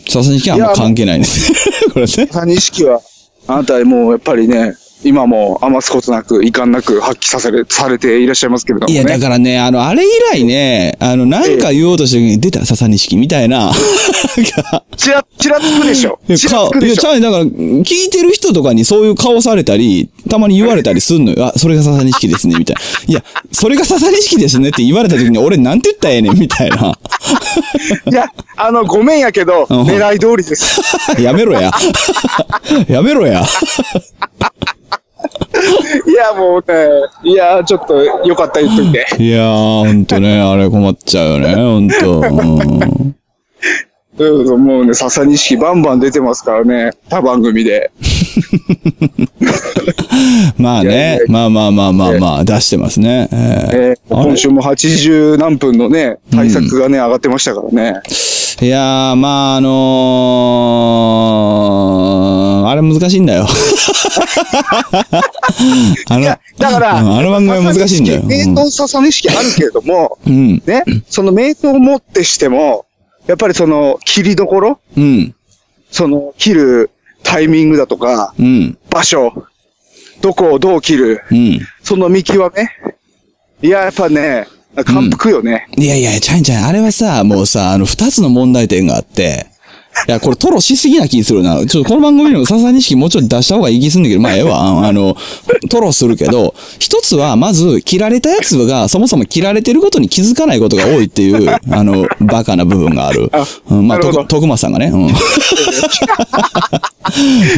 笹にはあんま関係ないんです。 *laughs* これね。笹錦は、あなたはもうやっぱりね、今も余すことなく、遺憾なく発揮させれ、されていらっしゃいますけれどもいね。や、だからね、あの、あれ以来ね、あの、なんか言おうとしてる時に出た、笹錦みたいな。ちら、ちらつくでしょ。いやちら顔つくいでや、しちょ。ゃうね。だから、聞いてる人とかにそういう顔されたり、たまに言われたりすんのよ。あ、それが笹錦ですね、みたいな。いや、それが笹錦ですねって言われた時に、俺なんて言ったらええねん、みたいな。 *laughs* いや、あの、ごめんやけど、ん狙い通りです。やめろや。 *laughs* やめろや。いや、もうね、いや、ちょっと、よかった言っといて。いやー、ほんとね、あれ困っちゃうよね、ほんと。うんうんうんもうね、笹錦バンバン出てますからね、他番組で。まあいやいねやいや、まあまあまあまあまあ、出してますね。えーえーあれ今週も80何分のね、対策がね、上がってましたからね。いやー、まあ、あのー、あれ難しいんだよ。 *laughs* あの、だから、うんあの番組は難しいんだよ。笹錦名刀笹錦あるけれども、うん。ね、その名刀を持ってしても、やっぱりその、切りどころうん。その、切るタイミングだとか、うん。場所、どこをどう切る、うん。その見極め。いや、やっぱね、感服よね。いやいや、ちゃいちゃい、あれはさ、もうさ、あの、二つの問題点があって、いや、これ、トロしすぎな気するな。ちょっと、この番組の笹錦もうちょっと出した方がいい気すんだけど、まあ、ええわ。あのあの、トロするけど、一つは、まず、切られたやつが、そもそも切られてることに気づかないことが多いっていう、あの、バカな部分がある。うん、まあ、なるほ徳ど徳間さんがね。う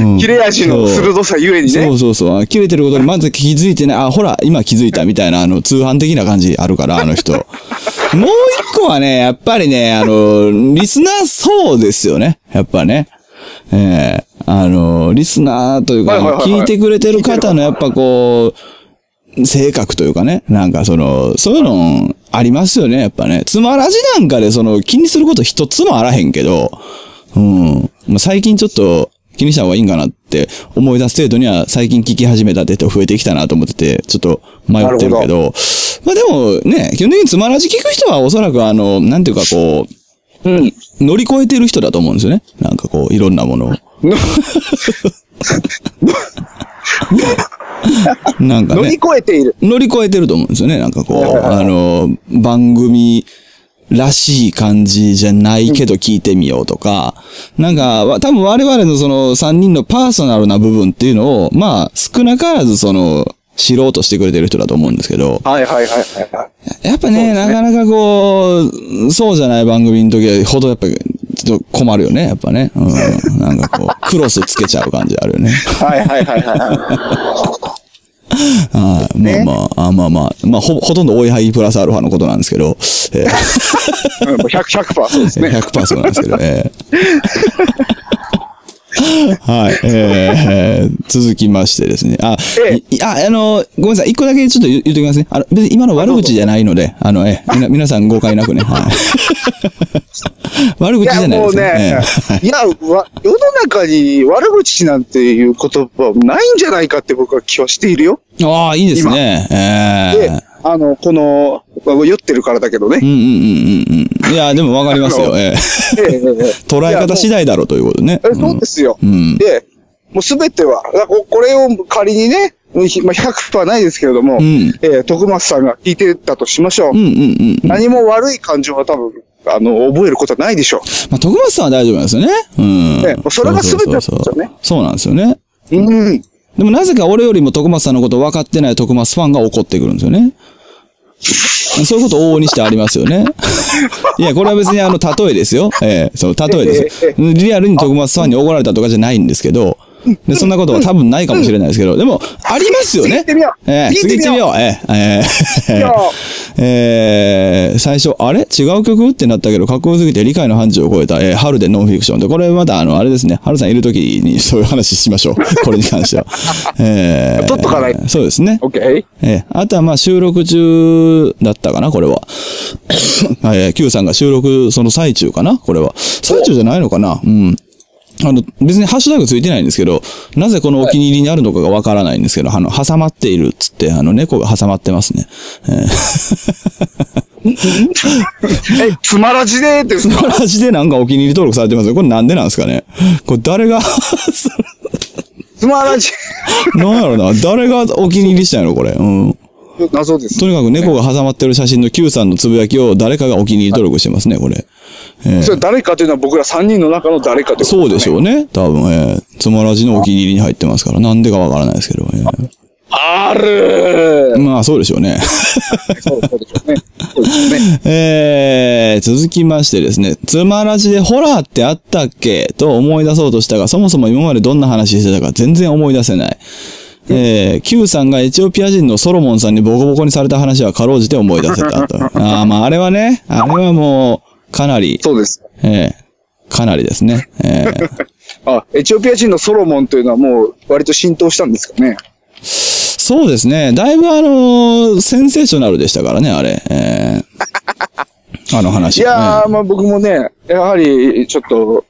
ん。切れ味の鋭さゆえにね。そうそうそう。切れてることにまず気づいてね、あ、ほら、今気づいたみたいな、あの、通販的な感じあるから、あの人。 *laughs* もう一個はね、やっぱりね、あの、リスナー層ですよね。やっぱね。ええあの、リスナーというか、はいはいはいはい聞いてくれてる方のやっぱこう、性格というかね、なんかその、そういうのありますよね、やっぱね。つまらじなんかでその、気にすること一つもあらへんけど、うん。まあ、最近ちょっと気にした方がいいんかなって思い出す程度には最近聞き始めたデータ増えてきたなと思ってて、ちょっと迷ってるけなるほど。まあでもね、基本的につまらじ聞く人はおそらくあの、なんていうかこうん。う、乗り越えてる人だと思うんですよね。なんかこう、いろんなも *laughs* のを。 *laughs* なんか乗りね、越えている。乗り越えてると思うんですよね。なんかこう、あの、番組、らしい感じじゃないけど聞いてみようとか、なんか、わ多分我々のその3人のパーソナルな部分っていうのを、まあ少なからずその、知ろうとしてくれてる人だと思うんですけど、はいはいはいはいはい。やっぱね、なかなかこう、そうじゃない番組の時はほどやっぱ、ちょっと困るよね、やっぱね。うん。なんかこう、クロスつけちゃう感じあるよね。はいはいはいはい。はい。まあまあ、あまあまあ、まあほ、ほとんど追いはいプラスアルファのことなんですけど、えうんもう100、100%そうですー、ね。 100%そうなんですけど、え *laughs* ーはい、えー、続きましてですね。あ、えいあ、あの、ごめんなさい。一個だけちょっと言言っときますね。あの、別に今の悪口じゃないので、あの、えー、みな皆さん誤解なくね。 *laughs* はい。悪い口じやゃないもでうすね。ねえー、いや、わ世の中に悪口なんていう言葉ないんじゃないかって僕は気はしているよ。ああ、いいですね。えでえ。、あの、この、まあ酔ってるからだけどうね。んうんうんうんうん。いや、でもわかりますあよ。のええ。ええええええ捉え方次第だろうということね。えそうですよ。うんで、もうすべては、だからここれを仮にね、うんひまあ、100%はないですけれども、んえー徳松さんが聞いてたとしましょうんう。うんうん。何も悪い感情は多分、あの、覚えることはないでしょまあ、徳松さんは大丈夫なんですよね。うん。ねそれが全てなんですそよねうそうそうそうなんですよね。う。うん。でもなぜか俺よりも徳松さんのこと分かってない徳松ファンが怒ってくるんですよね。そういうこと往々にしてありますよ *laughs* ね。いや、これは別にあの、例えですよ。ええそう、例えですよ。リアルに徳松ファンに怒られたとかじゃないんですけど、でそんなことは多分ないかもしれないですけど、でも、ありますよね。次行ってみようええ次次行っ行っててみみよよう。ええええいや、えー、最初、あれ違う曲ってなったけど、かっこよすぎて理解の範疇を超えた、えー、春でノンフィクションで、これまだあの、あれですね、春さんいるときにそういう話しましょう。 *laughs* これに関しては。えー、取っとかないそうですね。 OK? えー、あとはまあ収録中だったかな、これは。えー、Q さんが収録その最中かな、これは。最中じゃないのかなうん。あの、別にハッシュタグついてないんですけど、なぜこのお気に入りにあるのかがわからないんですけど、あの、挟まっているっつって、あの、猫が挟まってますね。え、つまらじでですつまからじでなんかお気に入り登録されてますよ。これなんでなんですかねこれ誰が、 *laughs* つまらじ。なんやろな、誰がお気に入りしたんやろ、これ。うん。謎です。とにかく猫が挟まってる写真の Q さんのつぶやきを誰かがお気に入り登録してますね、これ。それ誰かというのは僕ら3人の中の誰かということそうでしう。ょうね。多分、えー、つまらじのお気に入りに入ってますから、なんでかわからないですけど、えーあるまあ、そうでしょうね。そうそうでしょうね。そうですね。えー、続きましてですね、つまらじでホラーってあったっけと思い出そうとしたが、そもそも今までどんな話してたか全然思い出せない。えー、Q さんがエチオピア人のソロモンさんにボコボコにされた話はかろうじて思い出せた *laughs* と。ああ、まああれはね、あれはもう、かなり、そうです。えー、かなりですね。えー、あ、エチオピア人のソロモンというのはもう割と浸透したんですかね。そうですね、だいぶあのーセンセーショナルでしたからね、あれ。え *laughs* ー、あのい話、ね。やー、まあ僕もね、やはりちょっと、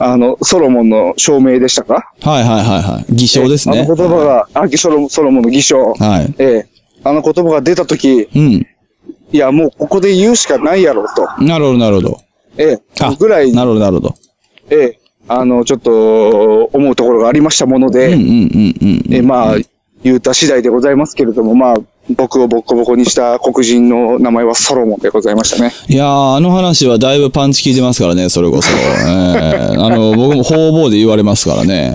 あの、ソロモンの証明でしたかはいはいはいはい。偽証ですあねの。言葉が、あソロソロモンの偽証。はい。ええあの言葉が出たとき、うん。いや、もうここで言うしかないやろうと。なるほど、なるほど。えあえ、ぐらい、なるほど、なるほど。ええあの、ちょっと、思うところがありましたもので、うん、うん、うん、うん。ええまあ、言うた次第でございますけれども、まあ、僕をボッコボコにした黒人の名前はソロモンでございましたね。いやー、あの話はだいぶパンチ効いてますからね、それこそ。えー、あの、僕も方々で言われますからね。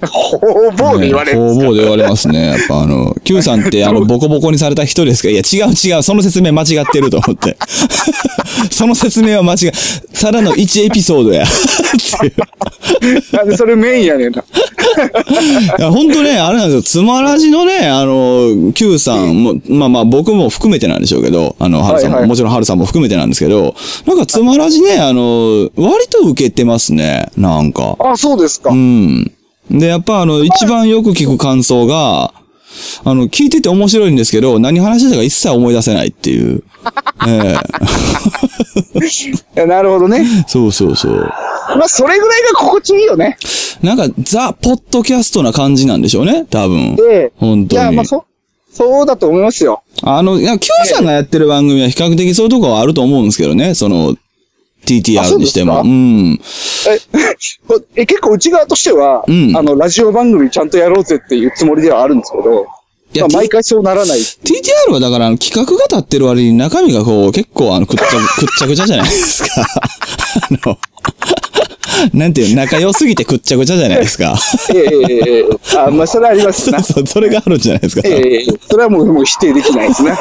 ほぼえーで言われるん方ですか々で言われますね。やっぱあの、Q さんってあの、ボコボコにされた人ですかいや、違う違う、その説明間違ってると思 *laughs* って。その説明は間違い、ただの1エピソードや。っていうなんでそれメインやねんな。いや、本当ね、あれなんですよ。つまらじのね、あの、Q さんも、まあまあ僕も含めてなんでしょうけど、あの、春さんも、はいはいもちろん春さんも含めてなんですけど、なんかつまらじね、あの、割と受けてますね、なんか。あ、そうです *laughs* か。うん。で、やっぱあの、一番よく聞く感想が、あの、聞いてて面白いんですけど、何話してたか一切思い出せないっていう。えええなるほどね。そうそうそう。まあ、それぐらいが心地いいよね。なんか、ザ・ポッドキャストな感じなんでしょうね、多分。で、本い当に。や、まあ、そ、そうだと思いますよ。あの、いや、Q さんがやってる番組は比較的そういうとこはあると思うんですけどね、その、あ TTR そうにでしすてかも。うん。え、こ *laughs* え結構内側としては、うんあの、ラジオ番組ちゃんとやろうぜっていうつもりではあるんですけど、いやまあ、 T- 毎回そうならな *laughs* い。TTR はだから、あの企画が立ってる割に中身がこう、結構あの、くっちゃ、 *laughs* くっちゃくちゃじゃないですか。 *laughs* あの、なんていうの、仲良すぎてくっちゃくちゃじゃないですか。ええええええあ、まあ、それはありますそ *laughs* なう。そう、それがあるんじゃないですか。ええええそれはもうもう否定できない *laughs* ですね。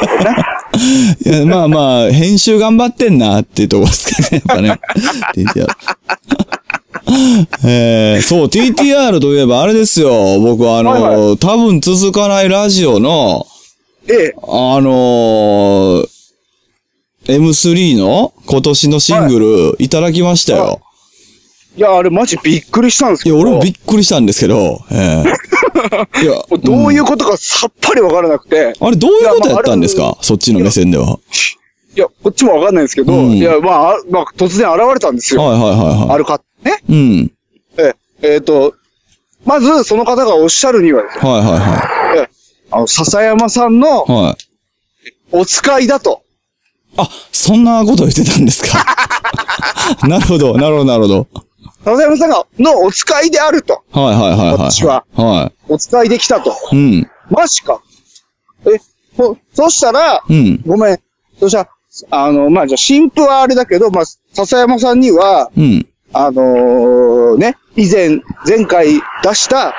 いやまあまあ、編集頑張ってんなっていうとこですかね、やっぱ *laughs* ね。TTR。え *laughs* ー、そう、TTR といえばあれですよ。僕はあの、はいは多分続かないラジオの、ええあのー M3 の今年のシングル、い、ただきましたよ。はいいや、あれマジびっくりしたんですいけや、ど。俺もびっくりしたんですけど、え *laughs* ーいや、もうどういうことかさっぱりわからなくて、あれどういうことやったんですいやまああかそっちの目線では。はいいや、こっちもわかんないんですけど、うんいや、まあ、あまあ、突然現れたんですよ。はいはいはある方ね。い。うん。ええ、えっと、まず、その方がおっしゃるにはですね、はいはいはええあの、笹山さんのい。はい。お使いだと。あ、そんなこと言ってたんです *laughs* か。なるほど、なるほど、なるほど。笹山さんが、のお使いであると。はいはいはいはい。私は。はお使いできたと。い。うん。マジか。え、そ、そしたら、うんごめん。そしたら、あの、まあ、じゃあ、新婦はあれだけど、まあ、笹山さんには、うん。あのーね、以前、前回出した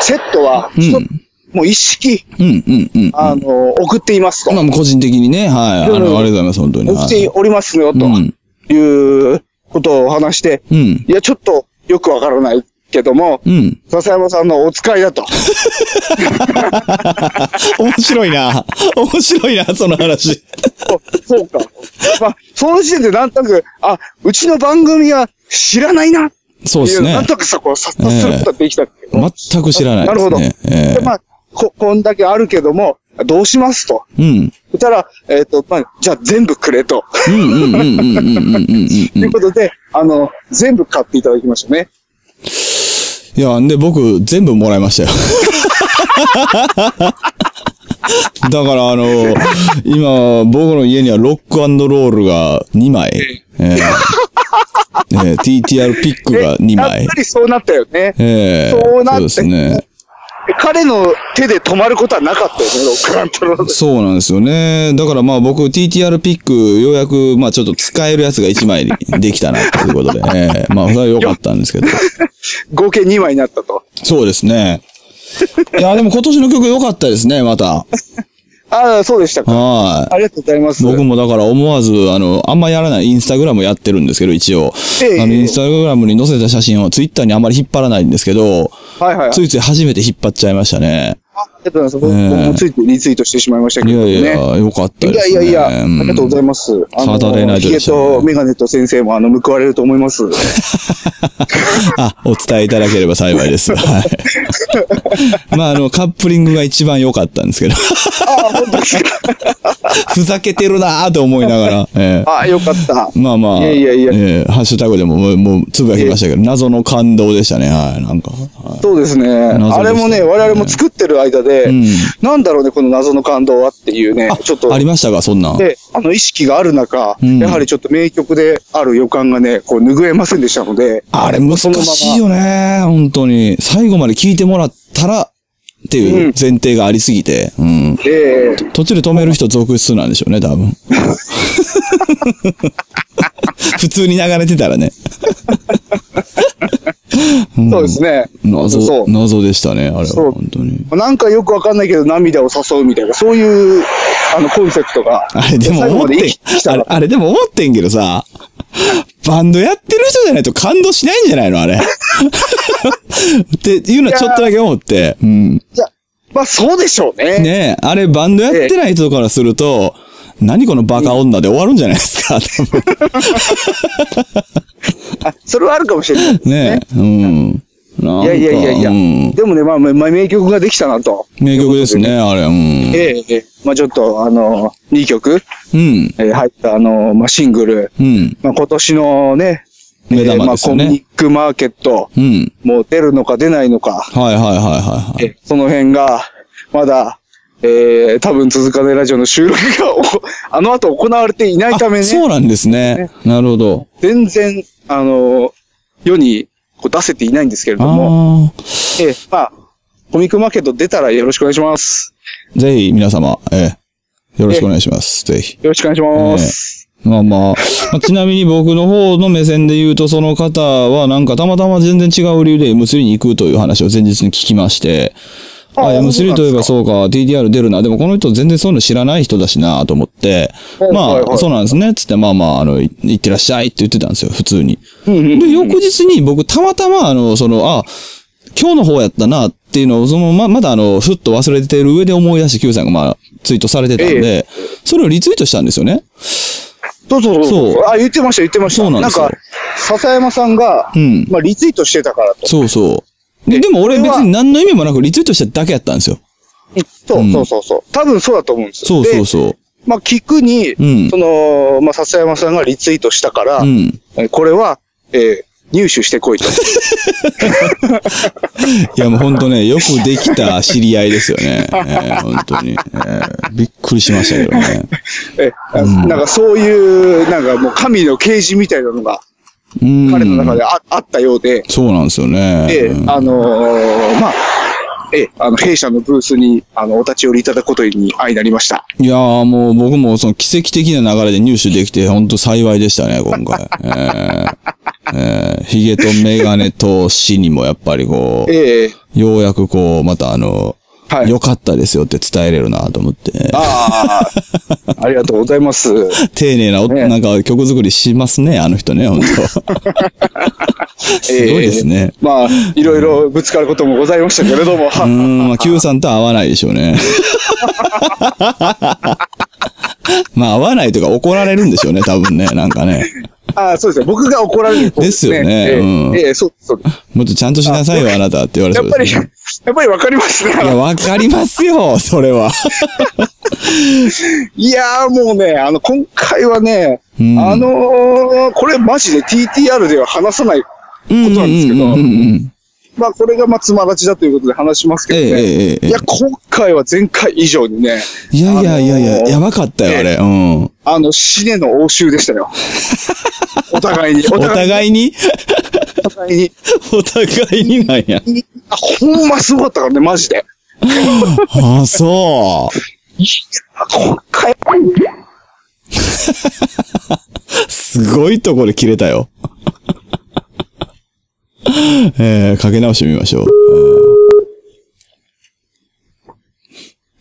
セットは、うんちょっともう一式、うん、うん、うん。あのー送っていますと。まあ、個人的にね、はい。あの、あいりろいろがとうございます、本当に。送はってい。おりますよ、とうんいうことを話して、うん。いや、ちょっとよくわからないけども、うん。笹山さんのお使いだと。 *laughs* 面白いな。面白いな、その話。そうそうか。まあ、その時点でなんとなく、あ、うちの番組は知らないなってそうでいすう、ねなん。となくさ、こう、察達することができたんだけど。全く知らないでなるすほど。ね。えで、まあ、こ、こんだけあるけども、どうしますと。えうん。そしたら、えっ、と、まあ、じゃあ全部くれと。うん、うん、うん、うん、うん、うん、うんということで、あの、全部買っていただきましたね。いや、んで僕、全部もらいましたよ。 *laughs* だから、あの、今、僕の家にはロックロールが2枚、えーえー TTR ピックが2やっ枚ぱ、りそうなったよね。えーそうなってそうですね。彼の手で止まることはなかったよね、ロックラントロール。そうなんですよね。だからまあ僕 TTR ピックようやくまあちょっと使えるやつが1枚できたなっていうことで。ええまあそれは良かったんですけど。合計2枚になったと。そうですね。いやでも今年の曲良かったですね、また。ああ、そうでしたか。はありがとうございます。い。僕もだから思わず、あの、あんまやらないインスタグラムやってるんですけど、一応。ええあの、インスタグラムに載せた写真をツイッターにあんまり引っ張らないんですけど、はいはい。ついつい初めて引っ張っちゃいましたね。あありがとうございます。僕ええ僕もついてリツイートしてしまいましたけいどやね。いや、良かったいでやすいね。やいや、ありがとうございまます。あサーターレーナージョヒでゲしたねとメガネと先生もあの、報われると思います。す。あ、お伝えいただければ幸いです。はい。 *laughs* まあ、あの、カップリングが一番良かったんですけど。ふざけてるなぁと思いながら。ええ *laughs* ああ、よかった。まあまあ、いやいやいやええハッシュタグでももう、もう、つぶやきましたけど、謎の感動でしたね。はい、なんか。はいそうですね。あれもね、我々も作ってる間で、んなんだろうね、この謎の感動はっていうね、ちょっと。ありましたか、そんなん。で、あの意識がある中、んやはりちょっと名曲である予感がね、こう拭えませんでしたので。あれ難そのまましいよね、本当に。最後まで聞いてもらったら、っていう前提がありすぎて。うん。ええ途中で止める人続出なんでしょうね、多 *laughs* 分。普通に流れてたらね。そうですね。そ謎、う。謎でしたね、あれそうは。本当に。なんかよくわかんないけど涙を誘うみたいな、そういう、あの、コンセプトが。あれでも最後思まっでて生きてきん、たあれ、ら。あれでも思ってんけどさ、バンドやってる人じゃないと感動しないんじゃないの *laughs* あれ。っていうのはちょっとだけ思って。うん。いやまあ、そうでしょうね。ねえ、あれバンドやってない人からすると、何このバカ女で終わるんじゃないですか、多分。あそれはあるかもしれないですね。ねえ。うん。なんいかやいやいやいや。うんでもね、まあ、まあまあ名曲ができたなと。名曲ですね、あれ。うん。ええええまあ、ちょっと、あの、2曲、うん。えー入った、あの、まあ、シングル。うん。まあ、今年のね、目えー玉まであ、すコよミねッ。クマーケット、うん。もう出るのか出ないのか、はいはいはいはいはい。えその辺が、まだ、えー、多分続かないラジオの収録が、 *laughs* おあの後行われていないためあそうね、なんですね。なるほど。全然、あの、世にこう出せていないんですけれども、ああ。えーまあ、コミックマーケット出たらよろしくお願いします。ぜひ皆様、ええ、よろしくお願いします。ぜひ。よろしくお願いします。まあまあ、まあちなみに僕の方の目線で言うと、その方はなんかたまたま全然違う理由で M3 に行くという話を前日に聞きまして、あ、あそうなんですか M3 といえばそうか、TDR 出るな。でもこの人全然そういうの知らない人だしなと思って、はいまあ、はいはいそうなんですね。つって、まあまあ、あの、い行ってらっしゃいって言ってたんですよ、普通に。で、翌日に僕たまたま、あの、その、あ、今日の方やったなっていうのを、そのま、まだあの、ふっと忘れてる上で思い出して Q さんがまあ、ツイートされてたんで、それをリツイートしたんですよね。そうそうそうそうあ、言ってました、言ってました。そうなんですよか、笹山さんが、うんまあ、リツイートしてたからと。そうそう。ででも俺別に何の意味もなくリツイートしただけやったんですよ。そううんそうそうそう。多分そうだと思うんですそよ。うそうでそう。まあ、聞くに、うんその、まあ、笹山さんがリツイートしたから、うん。えーこれは、えー入手してこいと。いやもうほんとね、よくできた知り合いですよね。えー、本当に、えーびっくりしましたけどね。えーなんかそういう、なんかもう神の啓示みたいなのがうん。彼の中であ,、あったようで、そうなんですよね。で、うんあのーまあ、えーあの、弊社のブースに、あの、お立ち寄りいただくことに相なりました。いやーもう僕もその奇跡的な流れで入手できて、ほんと幸いでしたね、今回。えーえー、ヒゲとメガネと死にもやっぱりこう、ええようやくこう、またあの、はいよかったですよって伝えれるなと思って。ああ、ありがとうござい *laughs* ます。丁寧なお、ねなんか曲作りしますね、あの人ね、本 *laughs* 当すごいですね。えーまあ、いろいろぶつかることもございましたけれども、うーん、まあ、Q さんと合わないでしょうね。 *laughs* まあ、合わないというか怒られるんでしょうね、多分ね、なんかね。ああ、そうですね。僕が怒られる方ですよねええうんええそうですそうです。もっとちゃんとしなさいよ、あなたって言われやそっうぱでり、す、やね。っぱりわかりますね。いや、わかりますよ、それは。いやーもうね、あの、今回はね、うんあのーこれマジで TTR では話さないことなんですけど、うんうんうんまあ、これがまあ、妻立ちだということで話しますけどね。ええええええいや、今回は前回以上にね、いやいやいやいや、あのーやばかったよ、あれ。うん。あの、死ねの応酬でし *laughs* たよ。お互いに、お互いにお互いに。お互いになんや。あ、ほんますごかったからね、マジで。ああ、そう。あ今回、すごいとこで切れたよ。 *laughs* えー、かけ直してみましょう。えー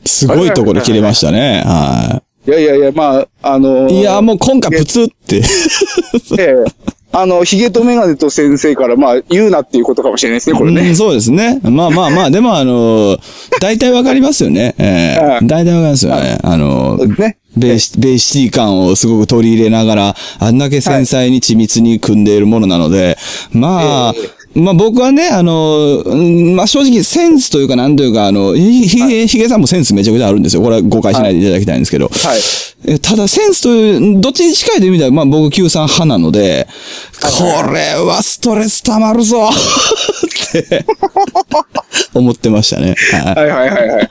すごいとこで切れましたね。はいやいやいや、まあ、あのーい。いや、もう今回プツって。ええあの、ヒゲとメガネと先生から、まあ、言うなっていうことかもしれないですね、これね。うんそうですね。まあまあまあ、でもあのー、大体わかりますよね。えはー、い大体わかりますよね。あのそうですーね、ベーシ、ベーシティ感をすごく取り入れながら、あんだけ繊細に緻密に組んでいるものなので、まあ、まあ僕はね、あのー、うんまあ正直センスというかなんというか、あの、ひひげ、ひげさんもセンスめちゃくちゃあるんですよ。これは誤解しないでいただきたいんですけど。はいえただセンスという、どっちに近いという意味では、まあ僕 Q さん派なので、これはストレス溜まるぞ *laughs* って思ってましたね。はいはいはいはいはいはいはい。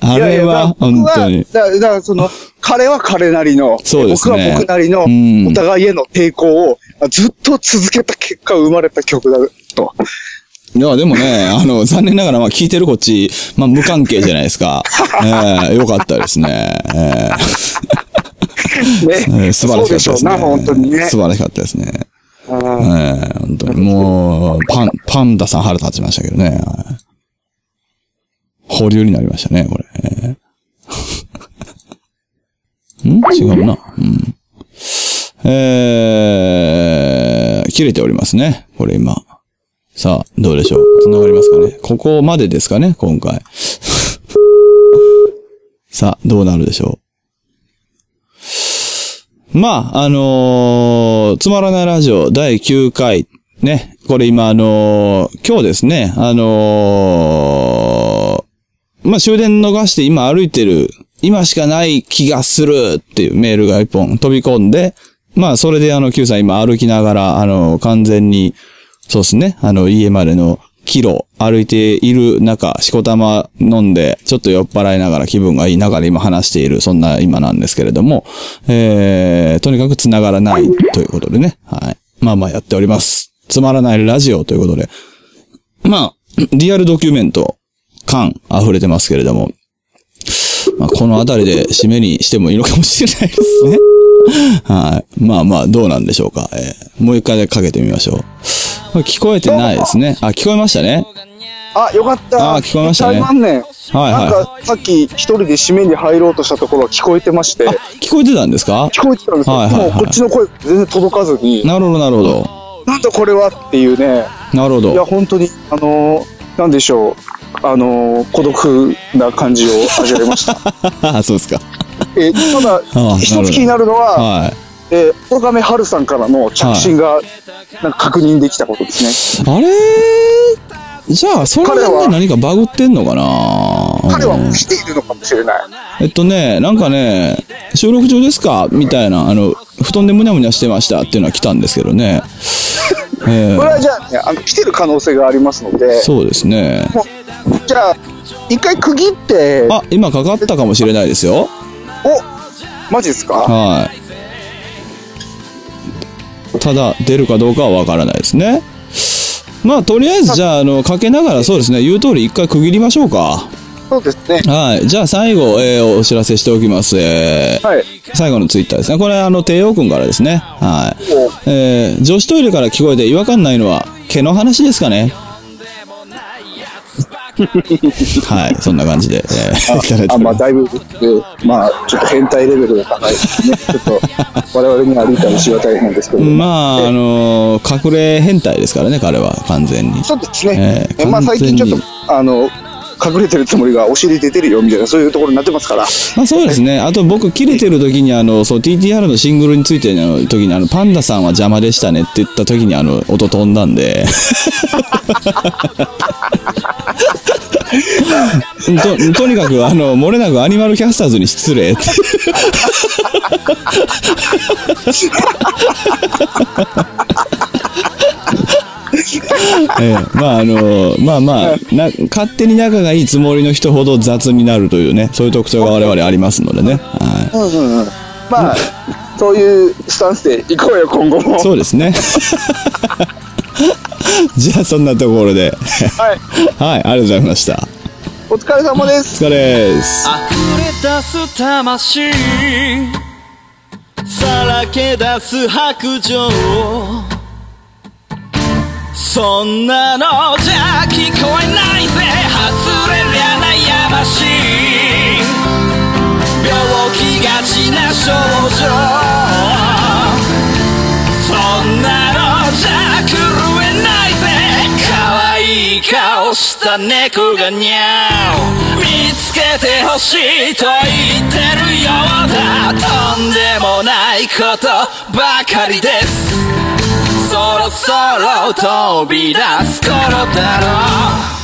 あれは本当に。だから僕はだだからその、彼は彼なりの、そうですね僕は僕なりの、うんお互いへの抵抗をずっと続けた結果生まれた曲だと。いや、でもね、あの、残念ながら、まあ聞いてるこっち、まあ無関係じゃないですか。ええよかったですね。えええね。え素晴らしかったですね。そうでしょうな、本当にね。素晴らしかったですね。ええうん本当に。もう、パン、パンダさん腹立ちましたけどね。はい保留になりましたね、これ。ええ *laughs* ん違うな。うん。えー、切れておりますね。これ今。さあ、どうでしょう。繋がりますかね。ここまでですかね、今回。 *laughs* さあ、どうなるでしょう。まあ、あのーつまらないラジオ第9回、ね、これ今あのー今日ですね、あのーまあ、終電逃して今歩いてる、今しかない気がするっていうメールが一本飛び込んで、まあ、それであの、Q さん今歩きながら、あのー完全に、そうですね、あの、家までのキロ歩いている中、しこたま飲んで、ちょっと酔っ払いながら気分がいい中で今話している、そんな今なんですけれども、えー、とにかく繋がらないということでね、はい。まあまあやっております。つまらないラジオということで、まあ、リアルドキュメント感溢れてますけれども、まあ、このあたりで締めにしてもいいのかもしれないですね。はい。まあまあ、どうなんでしょうか。えーもう一回かけてみましょう。これ聞こえてないですね。あ、聞こえましたね。あ、よかった。あー聞こえましたね台湾ね。はいはいなんか、さっき一人で締めに入ろうとしたところは聞こえてまして、聞こえてたんですか聞こえてたんですけど、はいはいはいでもこっちの声全然届かずに、なるほど、なるほど。なんだこれはっていうね、なるほいや、ど。本当に、あのー、なんでしょう。あのー、孤独な感じを味わいま *laughs* した。あそうですか。えーたあだ、なるほ一どつ気になるのは、はい。えー、小亀春さんからの着信が、なんか確認できたことですね。あれーじゃあ、その辺で何かバグってんのかな彼はうん来ているのかもしれない。えっとね、なんかね、収録中ですかみたいな、あの、布団でむにゃむにゃしてましたっていうのは来たんですけどね。えこれーはじゃあね、あの来てる可能性がありますので、そうですね。もうじゃあ、一回区切って、あ、今かかったかもしれないですよ。おマジですかはい。ただ、出るかどうかはわからないですね。まあ、とりあえず、じゃあ、あの、かけながら、そうですね、言う通り一回区切りましょうか。そうですね。はい。じゃあ、最後、えーお知らせしておきます。えーはい。最後のツイッターですね。これ、あの、帝王くんからですね。はい。おえー女子トイレから聞こえて違和感ないのは、毛の話ですか *laughs* ね。はい、そんな感じで、えー、いただいてあおりままあ、す。だいぶ、えーまあ、ちょっと変態レベルが高いです *laughs* ね。ちょっと、我々には理解しがたい変ですけど、まあ、あのー隠れ変態ですからね、彼は、完全に。そうですね。ええまあ、完最全近にちょっと、あの、隠れてるつもりがお尻出てるよみたいな、そういうところになってますから。まあそうですね。あと僕、切れてる時に、あの、そう、TTR のシングルについての時に、あの、パンダさんは邪魔でしたねって言った時に、あの、音飛んだんで。 *laughs* と、とにかく、あの、漏れなくアニマルキャスターズに失礼って。ええまああの、まあまあ、な、勝手に仲がいいつもりの人ほど雑になるというね、そういう特徴が我々ありますのでね。はうんうんうん。まあ、そういうスタンスで行こうよ、今後もい。。そうですね。 *laughs* じゃあそんなところで。はい。はい、ありがとうございました。お疲れ様です。お疲れです。溢れ出す魂さらけ出す白状そんなのじゃ聞こえないぜ外れりゃ悩ましい病気がちな症状そんなのじゃ狂えないぜ可愛い顔した猫がニャオ見つけてほしいと言ってるようだとんでもないことばかりですそろそろ飛び出す頃だろう